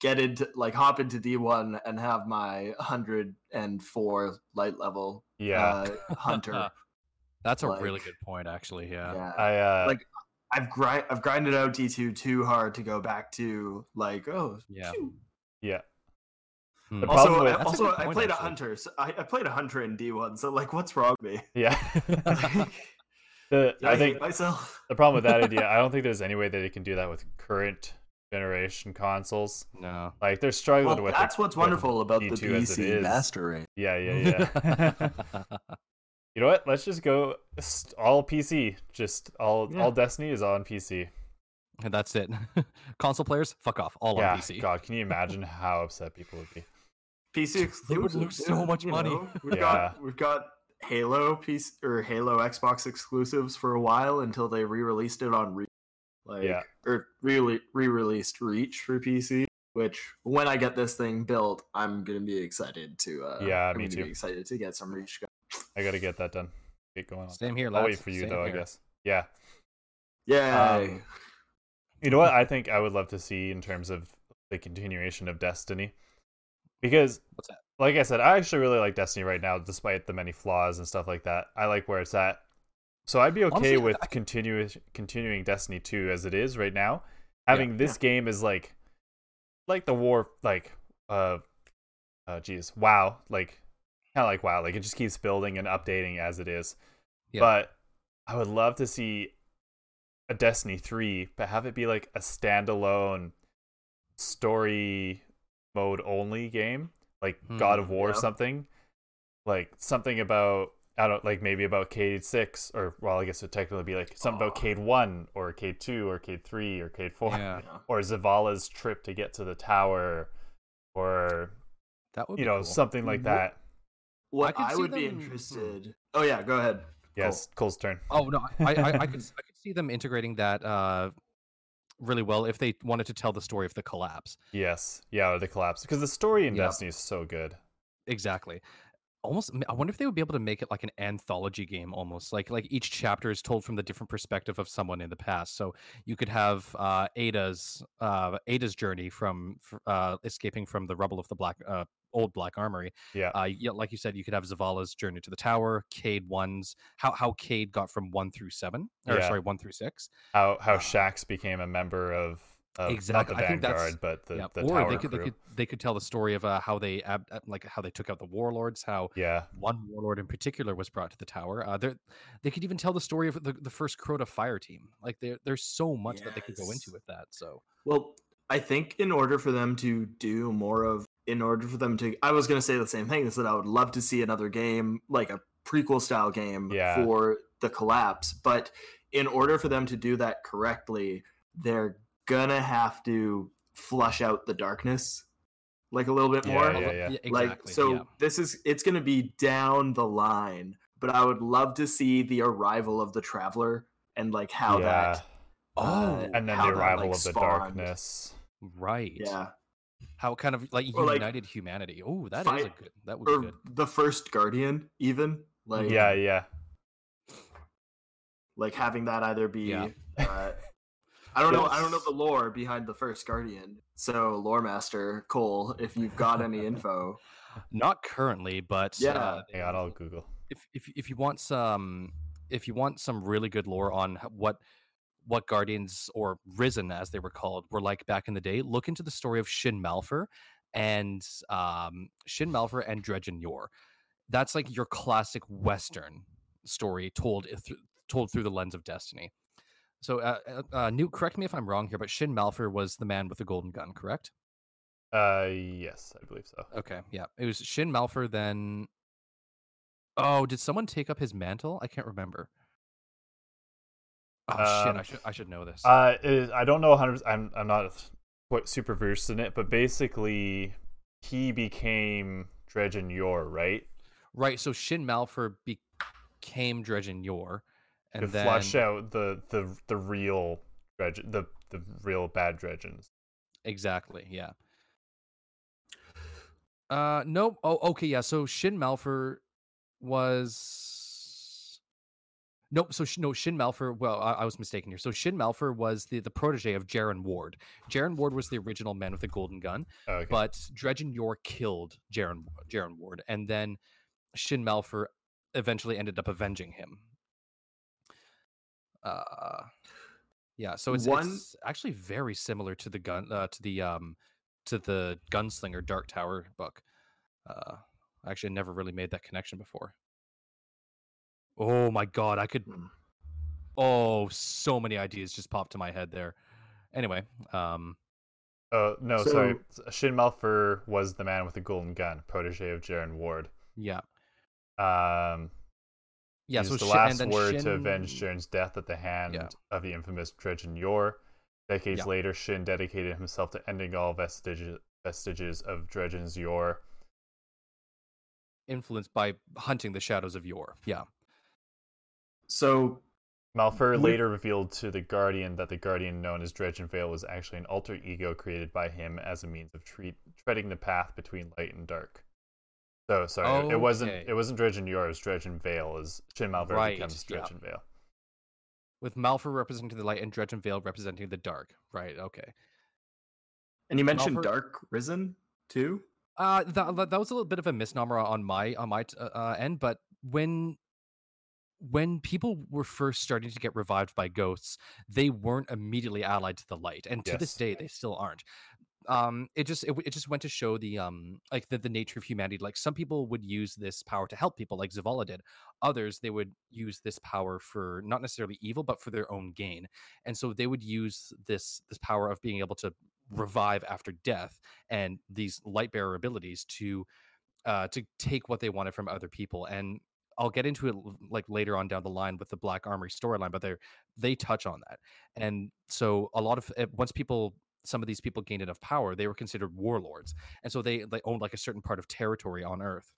get into like hop into d1 and have my 104 light level
yeah.
uh, hunter
That's a really
like-
good point, actually. Yeah.
yeah
I uh,
like- I've grind I've grinded out D two too hard to go back to like oh
Yeah.
phew.
yeah.
Hmm.
The
Also,
problem with-
I,
That's a
also
good
I
point,
played a
actually.
hunter. So I, I played a hunter in D one. So like, what's wrong with me?
Yeah.
Like,
The-
did I,
I think
hate myself.
the problem with that idea, I don't think there's any way that they can do that with current generation consoles.
No.
Like they're struggling
Well,
with
that's
it.
what's wonderful about the
D2 as it
PC
is.
master race.
Yeah, yeah, yeah. you know what? Let's just go s- all PC. Just all
Yeah.
all Destiny is on PC.
and that's it. Console players, fuck off. All
yeah.
on PC.
God, can you imagine how upset people would be?
PC
They would
exclusive,
lose so much
you
money.
know? We've got we've got Halo PC or Halo Xbox exclusives for a while until they re-released it on Re- like
Yeah.
or really re-released Reach for PC. Which when I get this thing built, I'm gonna be excited to. Uh,
Yeah,
I'm
me
gonna
too.
Be excited to get some Reach. Going.
I gotta get that done. Get going on.
Same here.
I'll
Lads.
wait for you
Same
though. I
here.
guess. Yeah.
Yeah.
Um, You know what I think I would love to see in terms of the continuation of Destiny? Because
What's that?
like I said, I actually really like Destiny right now, despite the many flaws and stuff like that. I like where it's at. So I'd be okay
Honestly, I-
with
I-
continue, continuing Destiny 2 as it is right now. Having this game is like like the war like uh uh jeez, wow, like kind of like wow, like it just keeps building and updating as it is.
Yeah.
But I would love to see a Destiny 3, but have it be like a standalone story mode only game, like
Hmm,
God of War or
yeah.
something. Like something about I don't like maybe about Cade 6 or well I guess it would technically be like something about
Aw.
Cade 1 or Cade 2 or Cade 3 or Cade 4
Yeah.
yeah.
or Zavala's trip to get to the tower or
That would
you
be
know
cool.
something like
Wh-
that.
What
could
I,
see
would be
them- hmm.
interested. Oh yeah, go ahead.
Yes, Cole's turn.
Oh no, I, I, I could I could see them integrating that uh, really well if they wanted to tell the story of the collapse.
Yes. Yeah, or the collapse because the story in
Yeah.
Destiny is so good.
Exactly. Almost, I wonder if they would be able to make it like an anthology game, almost like like each chapter is told from the different perspective of someone in the past. So you could have uh, Ada's uh, Ada's journey from f- uh, escaping from the rubble of the black uh, old Black Armory,
Yeah.
uh, yeah, like you said, you could have Zavala's journey to the tower, Cade one's how how Cade got from one through seven, or
Yeah.
sorry, one through six.
how how
Uh,
Shax became a member of, of
exactly,
not the
I think that's-
Vanguard, but the,
yeah,
the
or
Tower
they could,
crew.
they could they could tell the story of uh, how they ab- uh, like how they took out the warlords, how
Yeah,
one warlord in particular was brought to the tower. Uh, there- they could even tell the story of the, the first Crota fire team. Like there, there's so much that they could go into
Yes.
with that. So
Well, I think in order for them to do more of, in order for them to, I was going to say the same thing is that I would love to see another game, like a prequel style game
Yeah.
for the collapse. But in order for them to do that correctly, they're going to have to flush out the darkness like a little bit
Yeah,
more.
yeah, yeah.
exactly.
Like so
yeah.
this is it's going to be down the line, but I would love to see the arrival of the traveler and like how
yeah,
that
Oh,
and then
how
the
that,
arrival
like,
of the
spawned.
darkness.
right.
yeah
How kind of like
Or, like,
united humanity. Oh, that is
fi-
a good. That would
or
be good.
the first guardian even like
Yeah, yeah,
like having that either be
Yeah.
uh, i don't know i don't know
Yes.
the lore behind the first guardian so lore master cole if you've got any info
Not currently, but
Yeah.
uh,
Hang on, I'll Google.
if if if you want some if you want some really good lore on h- what what guardians or risen as they were called were like back in the day look into the story of shin malfer and um, shin malfer and dredgen yor that's like your classic western story told th- told through the lens of destiny so uh, uh, uh, newt correct me if i'm wrong here but shin malfer was the man with the golden gun correct
Uh, yes, I believe so.
okay yeah it was shin malfer then oh did someone take up his mantle i can't remember oh shit i
Um,
should i should know this
Uh, it is- I don't know 100. I'm I'm not quite super versed in it, but basically, he became Dredgen Yor, right?
Right. So Shin Malfer became Dredgen Yor, and
to
then
flush out the the the real Dredgen, the the real bad Dredgens.
exactly, yeah. Uh, no. Oh, okay, yeah. So Shin Malfer was nope. So Sh- no, Shin Malfer. Well, I, I was mistaken here. So Shin Malfer was the the protege of Jaren Ward. Jaren Ward was the original man with the golden gun.
Oh, Okay.
but Dredgen Yor killed Jaren Jaren Ward, and then Shin Malfer eventually ended up avenging him. Uh, yeah. So it's,
One-
it's actually very similar to the gun uh, to the um to the Gunslinger Dark Tower book. Uh, I actually never really made that connection before. Oh my god, I could.
Hmm.
Oh, so many ideas just popped to my head there. Anyway, um,
oh no, sorry.
so-
S- Shin Malfer was the man with the golden gun, protege of Jaren Ward.
yeah,
Um,
yeah.
used
so
the
Shin- and
last
then
word to avenge
Shin-
Jiren's death at the hand of the infamous Dredgen Yor. Decades
Yeah.
later, Shin dedicated himself to ending all vestiges vestiges of Dredgen's Yor.
influenced by hunting the shadows of yore. Yeah.
So
Malfur
We've-
later revealed to the Guardian that the Guardian known as Dredgen Vale was actually an alter ego created by him as a means of treat, treading the path between light and dark. So sorry, it wasn't
Okay.
it wasn't Dredgen Yor, it was Dredgen Vale as Shin Malfur
Right,
becomes
yeah.
Dredgen Vale.
With Malfour representing the light and Dredgen Vale representing the dark. Right. Okay.
and you mentioned
Malphor-
Dark Risen too.
Uh, that, that that was a little bit of a misnomer on my on my t- uh, uh, end, but when when people were first starting to get revived by ghosts, they weren't immediately allied to the light, and to this
Yes.
day they still aren't. Um, it just it, w- it just went to show the um like the, the nature of humanity. Like some people would use this power to help people, like Zavala did. Others they would use this power for not necessarily evil, but for their own gain. And so they would use this this power of being able to revive after death and these light bearer abilities to uh, to take what they wanted from other people. And I'll get into it l- like later on down the line with the Black Armory storyline, but they they touch on that. And so a lot of uh, once people some of these people gained enough power, they were considered warlords, and so they they owned like a certain part of territory on Earth.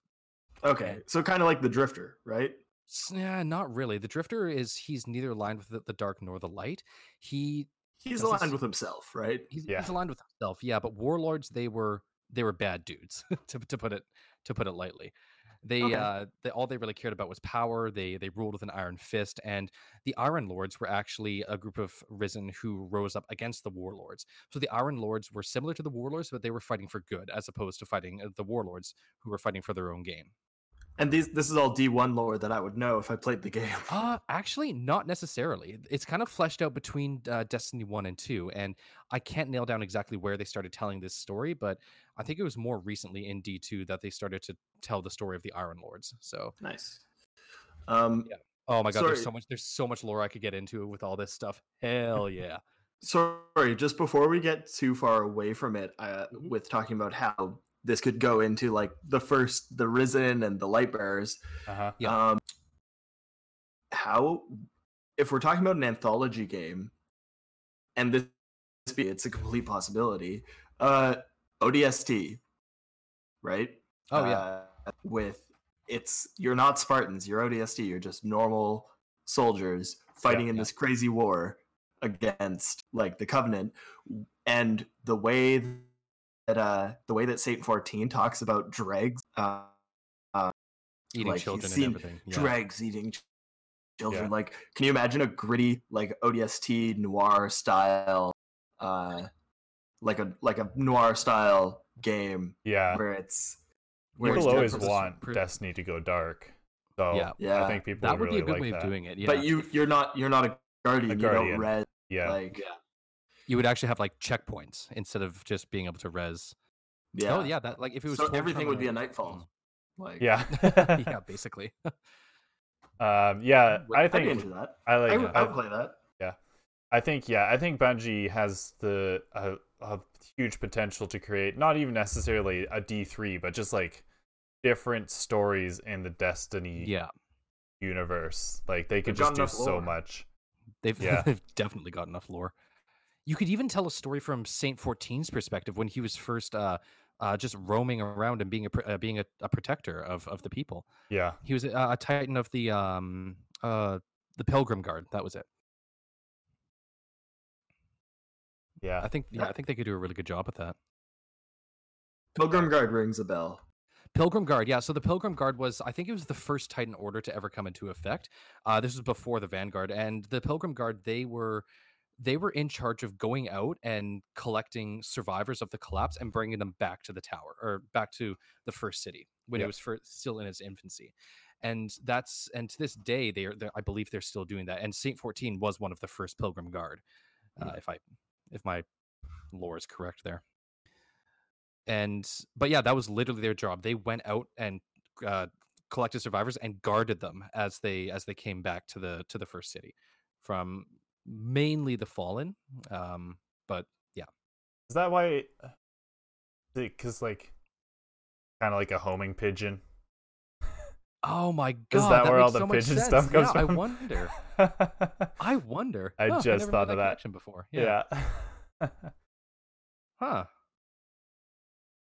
Okay, so kind of like the Drifter, right?
S- Yeah, not really. The Drifter is he's neither aligned with the, the dark nor the light. He
He's
Doesn't
aligned
s-
with himself, right?
he's,
Yeah.
he's aligned with himself. Yeah, but warlords they were they were bad dudes to to put it to put it lightly. They
Okay.
uh they, all they really cared about was power. They they ruled with an iron fist and the Iron Lords were actually a group of risen who rose up against the warlords. So the Iron Lords were similar to the warlords but they were fighting for good as opposed to fighting uh, the warlords who were fighting for their own gain.
And these this is all D one lore that I would know if I played the game.
Uh, actually, not necessarily. It's kind of fleshed out between uh, Destiny 1 and 2, and I can't nail down exactly where they started telling this story, but I think it was more recently in D2 that they started to tell the story of the Iron Lords. So,
Nice. Um,
Yeah. oh my god, there's so
Sorry.
much there's so much lore I could get into with all this stuff. Hell yeah.
sorry just before we get too far away from it uh,
Mhm.
with talking about how this could go into like the first the risen and the light bearers
Uh-huh.
Yeah.
um how if we're talking about an anthology game and this be it's a complete possibility uh odst right
Oh yeah.
uh, with it's you're not Spartans, you're ODST, you're just normal soldiers fighting in
yeah.
this crazy war against like the Covenant, and the way that uh the way that Satan 14 talks about dregs, uh,
Eating
like,
children
seen
and everything. Yeah.
dregs eating ch- children.
Yeah.
Like, can you imagine a gritty like ODST noir style, uh, like a like a noir style game
Yeah.
where it's where it's
People
done
always
from the-
want
pr-
Destiny to go dark. So
Yeah.
I
yeah
think people
That would
really
be a good
like
way
that.
of doing it. Yeah.
But you you're not you're not a guardian.
guardian.
You don't res.
Yeah.
Like,
You would actually have like checkpoints instead of just being able to res.
yeah.
Oh yeah, that like if it was
so
full
everything would be a
terminal-
nightfall. Like,
yeah.
Mm. yeah, basically.
Um, yeah.
would-
I
I'd be
think
into that.
I
I
like.
would,
I,
I would play that.
I think yeah. I think Bungie has the uh, a huge potential to create not even necessarily a D three, but just like different stories in the Destiny
Yeah,
universe. Like they could
They've
just
got
do
enough
so
lore.
much.
they've
Yeah.
they've definitely got enough lore. You could even tell a story from Saint 14's perspective when he was first uh, uh, just roaming around and being a pr- uh, being a, a protector of of the people.
Yeah.
He was a, a titan of the um uh the Pilgrim Guard. That was it.
Yeah.
I think yeah,
Yeah.
I think they could do a really good job with that.
Pilgrim Guard rings a bell.
Pilgrim Guard, yeah. So the Pilgrim Guard was, I think it was the first Titan Order to ever come into effect. Uh, this was before the Vanguard, and the Pilgrim Guard, they were, they were in charge of going out and collecting survivors of the collapse and bringing them back to the tower or back to the first city when
Yeah.
it was first, still in its infancy. And that's and to this day, they are, they're- I believe, they're still doing that. And Saint Fourteen was one of the first Pilgrim Guard, uh, if I, if my lore is correct there and but yeah that was literally their job they went out and uh, collected survivors and guarded them as they as they came back to the to the first city from mainly the fallen um but
Is that why? Because like, kind of like a homing pigeon.
oh my
Is
god
that, where all
makes
the pigeon
so much sense.
stuff comes
yeah,
from?
i wonder i wonder
I
Huh,
just
never made
thought of that.
connection before yeah,
yeah.
huh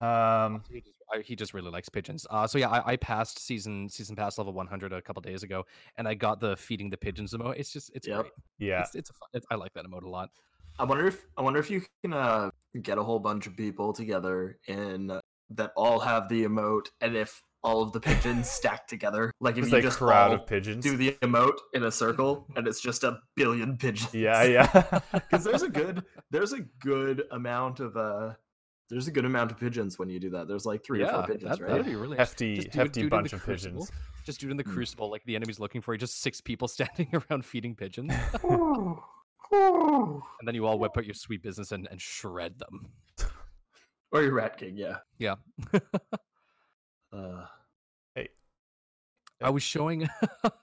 um.
So he just, I, he just really likes pigeons. Uh, so yeah, I, I passed season season pass level 100 a couple days ago, and I got the feeding the pigeons emote. It's just it's
Yep.
great.
Yeah.
It's, it's, a fun, it's I like that emote a lot.
I wonder if I wonder if you can uh, get a whole bunch of people together in that all have the emote, and if all of the pigeons stack together, like if
It's
you
like
just
crowd
all
of pigeons.
do the emote in a circle, and it's just a billion pigeons.
yeah. Yeah.
because there's a good there's a good amount of uh there's a good amount of pigeons when you do that. There's like three or four pigeons,
that,
right?
that'd be really
hefty,
just do it- do
hefty
it in
bunch
the
of
crucible.
pigeons.
Just do it in the
Hmm.
crucible, like the enemy's looking for you. Just six people standing around feeding pigeons,
Ooh, ooh.
and then you all whip out your sweet business and, and shred them.
or your rat king, yeah.
Yeah.
Uh,
I was showing,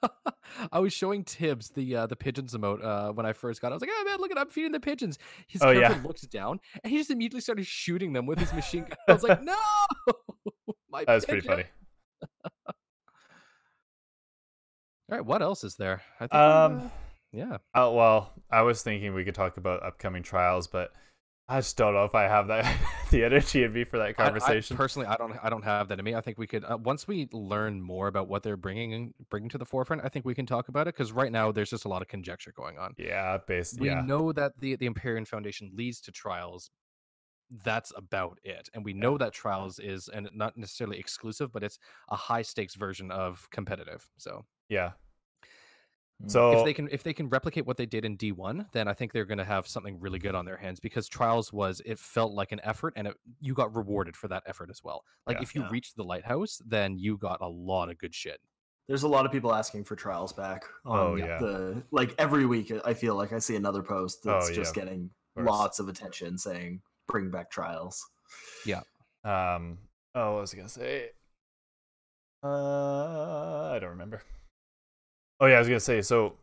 I was showing Tibbs the uh, the pigeons emote uh, when I first got. it. I was like, "Oh man, look at I'm feeding the pigeons." His
Oh, yeah.
character looks down, and he just immediately started shooting them with his machine gun. I was like, "No, my
That was pretty
pigeon."
funny.
All right, what else is there? I think
Um.
um, yeah,
Oh well, I was thinking we could talk about upcoming trials, but I just don't know if I have that the energy in me for that
I- I-
conversation.
personally, I don't, I don't have that in me. I think we could uh, once we learn more about what they're bringing in- bringing to the forefront. I think we can talk about it because right now there's just a lot of conjecture going on.
yeah, based
We
yeah.
know that the the Empyrean Foundation leads to trials. That's about it, and we know that trials is and not necessarily exclusive, but it's a high stakes version of competitive. So
yeah.
Mm.
So
if they can if they can replicate what they did in D one, then I think they're going to have something really good on their hands because trials was it felt like an effort and it, you got rewarded for that effort as well. Like
Yeah.
if you
Yeah.
reached the lighthouse, then you got a lot of good shit.
there's a lot of people asking for trials back. On
Oh, yeah.
The like every week, I feel like I see another post that's
Oh,
just
yeah,
getting
course.
lots of attention saying bring back trials.
um oh, what was I gonna say? Uh, I don't remember. Oh yeah, I was gonna say. So,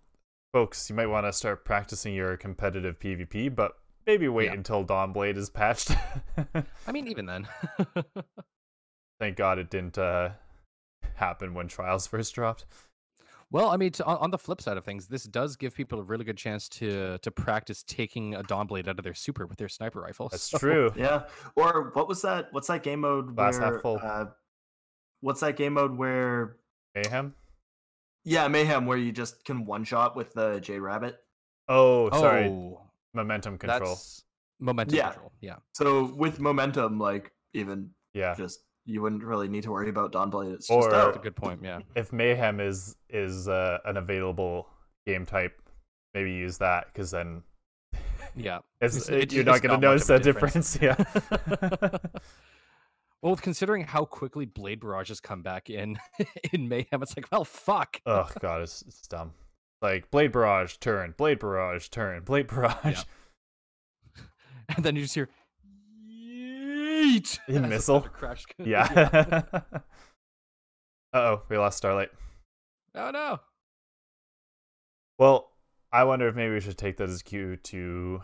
folks, you might want to start practicing your competitive PvP, but maybe wait
Yeah.
until Dawnblade is patched.
I mean, even then,
Thank God it didn't uh, happen when Trials first dropped.
Well, I mean, to, on, on the flip side of things, this does give people a really good chance to to practice taking a dawn blade out of their super with their sniper rifle.
That's
so-
true.
Yeah. Or what was that? What's that game mode?
Glass half
where,
full.
Uh, what's that game mode where?
Mayhem.
Yeah, mayhem, where you just can one shot with the J Rabbit.
Oh, sorry.
Oh,
Momentum control.
That's momentum
Yeah.
control. Yeah.
So with momentum, like even
Yeah.
just you wouldn't really need to worry about Dawnblade. It's just
Or-
oh,
That's a good point. Yeah.
If mayhem is is uh, an available game type, maybe use that because then
Yeah.
it's,
It's-
it-
it's
you're
just
not going to
not much
notice
of a
that difference. Yeah.
Well, with considering how quickly
Uh.
blade barrages come back in in mayhem, it's like, well, fuck.
oh God, it's, it's dumb. like blade barrage turn, blade barrage turn, blade barrage,
and then you just hear yeet
The
as
missile?
another crash. co-
yeah. uh oh, we lost Starlight.
Oh no.
Well, I wonder if maybe we should take that as a cue to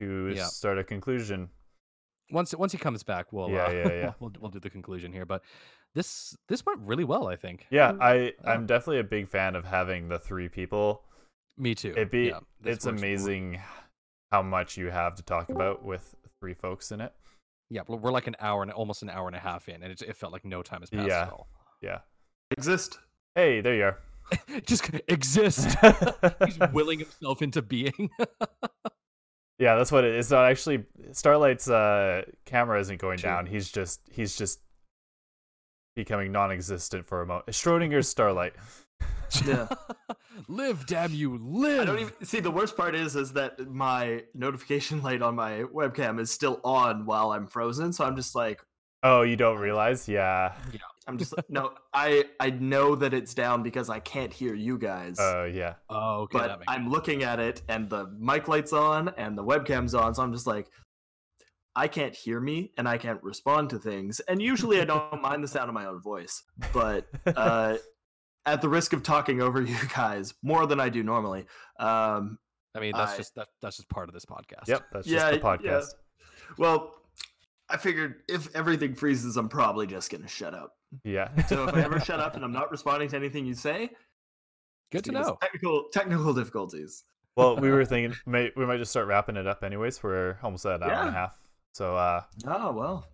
to
Yeah.
start a conclusion.
Once once he comes back, we'll
Yeah,
uh,
yeah, yeah.
we'll we'll do the conclusion here. But this this went really well, I think.
Yeah,
Um,
I
Oh.
I'm definitely a big fan of having the three people.
Me too.
It'd be-
Yeah, this
it's
works gr-
amazing how much you have to talk about with three folks in it.
Yeah, but we're like an hour and almost an hour and a half in, and it, it felt like no time has passed
Yeah.
at all.
Exist.
Hey, there you are.
Just exist. He's willing himself into being.
yeah, that's what it is. It's not actually Starlight's uh, camera isn't going
True.
down. He's just he's just becoming non-existent for a moment. Schrodinger's Starlight.
Yeah.
live, damn you, live.
I don't even see. The worst part is, is that my notification light on my webcam is still on while I'm frozen. So I'm just like,
Oh, you don't realize? Yeah.
I'm just like, no. I I know that it's down because I can't hear you guys.
Oh, yeah.
Oh, okay. that
but
makes
I'm looking at it, and the mic light's on, and the webcam's on. So I'm just like, I can't hear me, and I can't respond to things. And usually, I don't mind the sound of my own voice, but uh, at the risk of talking over you guys more than I do normally, um,
I mean, that's
I-
just that, that's just part of this podcast.
Yep, that's
Yeah,
just the
yeah.
podcast.
Well, I figured if everything freezes, I'm probably just gonna shut up.
Yeah.
So if I ever shut up and I'm not responding to anything you say,
Good
it's
to
because
know.
of Technical technical difficulties.
well, we were thinking may, we might just start wrapping it up anyways. We're almost at an hour and
Yeah.
a half. So uh
Oh well.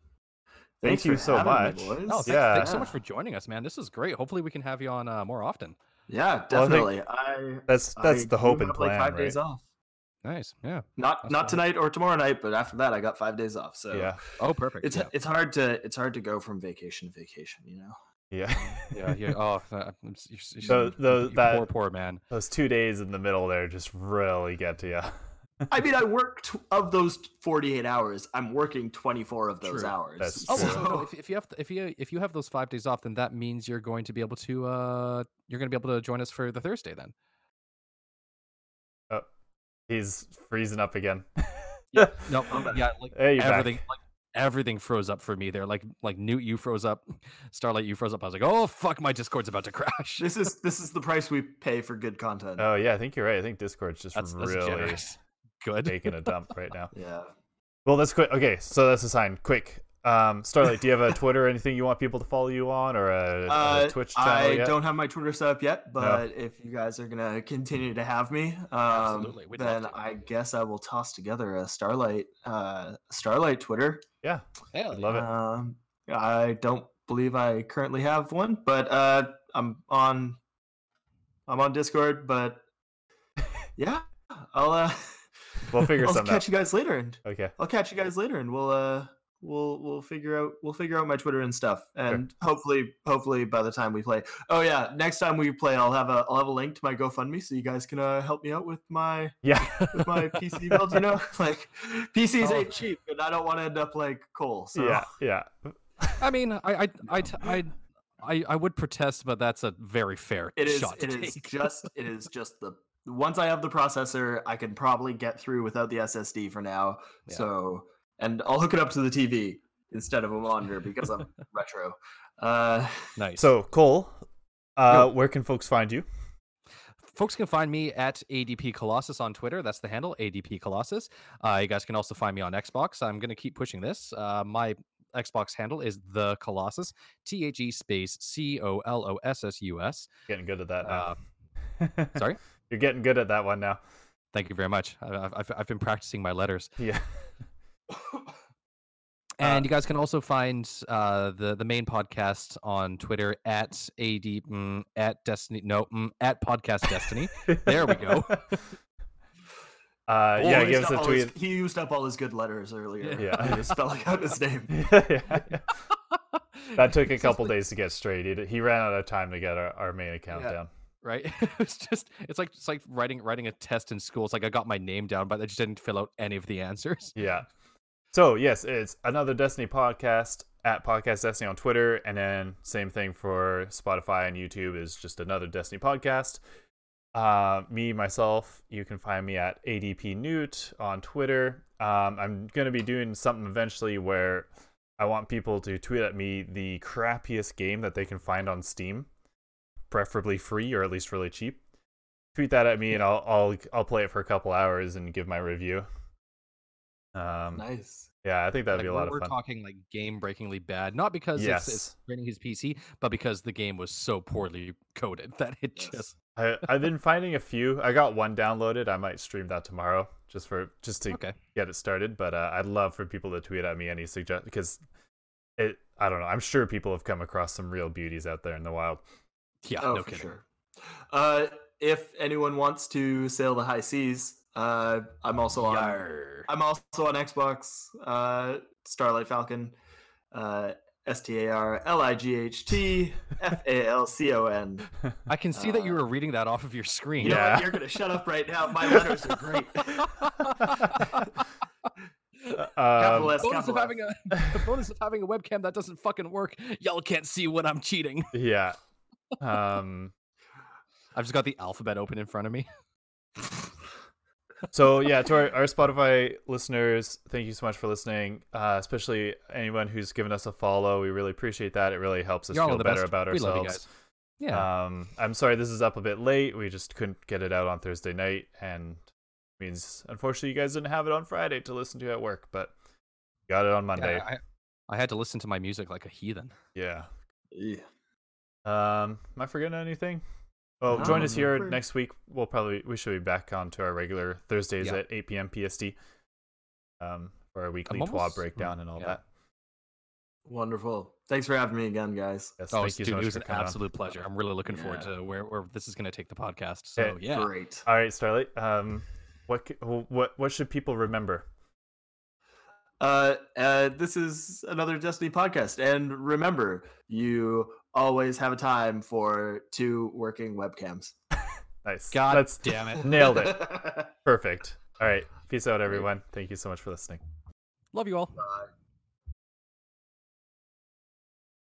Thank
Thanks
you
for
so
having
much.
Me, boys.
Oh, thanks,
Yeah.
thanks so much for joining us, man. This is great. Hopefully, we can have you on uh, more often.
Yeah,
Well, I think
definitely. I
that's that's
I
the hope
do
and
have,
plan,
Like five
right?
days off.
Nice. Yeah.
Not
That's
not
fine.
tonight or tomorrow night, but after that, I got five days off. So
Yeah.
Oh, perfect.
It's
yeah.
it's hard to it's hard to go from vacation to vacation, you know.
Yeah.
yeah, yeah. Oh, uh, I'm s- you s- you s-
Tho-
you-
tho-
you
that-
poor, poor man.
Those two days in the middle there just really get to you.
I mean, I worked of those forty eight hours. I'm working twenty four of those
True.
hours.
That's
Oh,
true.
well, so no, if, if you have if you if you have those five days off, then that means you're going to be able to uh you're going to be able to join us for the Thursday then.
Oh, He's freezing up again.
No,
I'm back.
yeah, like
Hey, you're
everything
back.
like everything froze up for me there. Like like Newt, you froze up, Starlight, you froze up. I was like, oh fuck, my Discord's about to crash.
this is this is the price we pay for good content.
Oh yeah, I think you're right. I think Discord's just
That's, that's
really
generous. Good.
taking a dump right now.
yeah.
Well, that's quick. Okay, so that's a sign. Quick. Um, Starlight, do you have a Twitter or anything you want people to follow you on or a, a
Uh,
Twitch channel?
I
yet?
don't have my Twitter set up yet, but if you guys are gonna continue to have me, um,
Absolutely, we'd love
then
to.
I guess I will toss together a Starlight uh, Starlight Twitter.
Yeah.
Hell
I'd love it.
Um, I don't believe I currently have one, but uh, I'm on I'm on Discord. But yeah, I'll uh,
We'll figure
I'll
something out.
catch you guys later, and
Okay.
I'll catch you guys later, and we'll uh we'll we'll figure out we'll figure out my Twitter and stuff, and hopefully hopefully by the time we play. Oh yeah, next time we play, I'll have a I'll have a link to my GoFundMe so you guys can uh, help me out with my
Yeah.
with my PC build. You know, like PCs
Oh.
ain't cheap, and I don't want to end up like Cole. So
Yeah. Yeah.
I mean, I I I t- I I, I would protest, but that's a very fair
it is
shot to
it is
take.
just it is just the once I have the processor, I can probably get through without the SSD for now.
Yeah.
So and I'll hook it up to the TV instead of a monitor because I'm retro. Uh,
nice.
So Cole, uh, where can folks find you?
folks can find me at ADP Colossus on Twitter. That's the handle, ADP Colossus. Uh, you guys can also find me on Xbox. I'm going to keep pushing this. Uh, my Xbox handle is the Colossus, T H E space C O L O S S U S.
Getting good at that now.
Uh, sorry?
You're getting good at that one now.
Thank you very much. I- I've, I've, I've been practicing my letters.
Yeah. Uh,
And you guys can also find uh, the the main podcast on Twitter at ad mm, at destiny no mm, at podcast destiny. There we go.
Uh,
Cole
yeah,
used
give us
up
a
all
tweet.
his- he used up all his good letters earlier.
Yeah.
when he was spelling out his name.
Yeah. That took a
It's just
couple days to get straight. He, he ran out of time to get our, our main account
Yeah.
down.
right? it's just it's like it's like writing writing a test in school. It's like I got my name down, but I just didn't fill out any of the answers.
Yeah. So yes, it's another Destiny podcast at Podcast Destiny on Twitter, and then same thing for Spotify and YouTube is just another Destiny podcast. Uh, me myself, you can find me at ADP Newt on Twitter. Um, I'm gonna be doing something eventually where I want people to tweet at me the crappiest game that they can find on Steam, preferably free or at least really cheap. Tweet that at me and I'll I'll I'll play it for a couple hours and give my review. Um,
Nice.
yeah, I think that'd
Like,
be a
we're-
lot
we're
of fun.
talking like game breakingly bad, not because it's, it's
Yes.
raining his PC, but because the game was so poorly coded that it
Yes.
just
I, I've been finding a few. I got one downloaded. I might stream that tomorrow just for just to
okay.
get it started. But uh, I'd love for people to tweet at me any suggest because it. I don't know. I'm sure people have come across some real beauties out there in the wild.
Yeah,
oh,
no
for
kidding.
sure. Uh, if anyone wants to sail the high seas, uh, I'm also on.
Yarr.
I'm also on Xbox. Uh, Starlight Falcon. Uh, S T A R L I G H T F A L C O N.
I can see that you
Uh,
were reading that off of your screen.
You know
Yeah. Um,
what? You're gonna shut up right now. My letters are great.
Uh,
Capital
Um,
S,
bonus of
capital F.
having a the bonus of having a webcam that doesn't fucking work. Y'all can't see when I'm cheating.
yeah. Um.
I've just got the alphabet open in front of me.
So yeah, to our, our Spotify listeners, thank you so much for listening. Uh, especially anyone who's given us a follow, we really appreciate that. It really helps us
Y'all are
feel
the
better
best.
about
we
ourselves.
love you guys. Yeah.
Um, I'm sorry this is up a bit late. We just couldn't get it out on Thursday night, and means unfortunately you guys didn't have it on Friday to listen to at work, but got it on
Yeah,
Monday.
I, I had to listen to my music like a heathen.
Yeah.
Yeah.
Um, am I forgetting anything? Well,
No,
join us here
never.
next week. We'll probably we should be back on to our regular Thursdays
Yeah.
at 8 p.m. PST. Um, for our weekly TWA
almost-
breakdown and all
yeah.
that.
Wonderful. Thanks for having me again, guys.
Yes,
Oh,
thank you
dude,
so much
it was
for
an
coming on.
absolute pleasure. I'm really looking forward
Yeah.
to where, where this is going to take the podcast. So yeah,
Great.
All right, Starlight. Um, what c- what what should people remember?
Uh, uh, this is another Destiny podcast, and remember, you always have a time for two working webcams.
Nice.
God
That's
damn it.
nailed it. Perfect. All right. Peace out, everyone. Thank you so much for listening.
Love you all.
Bye.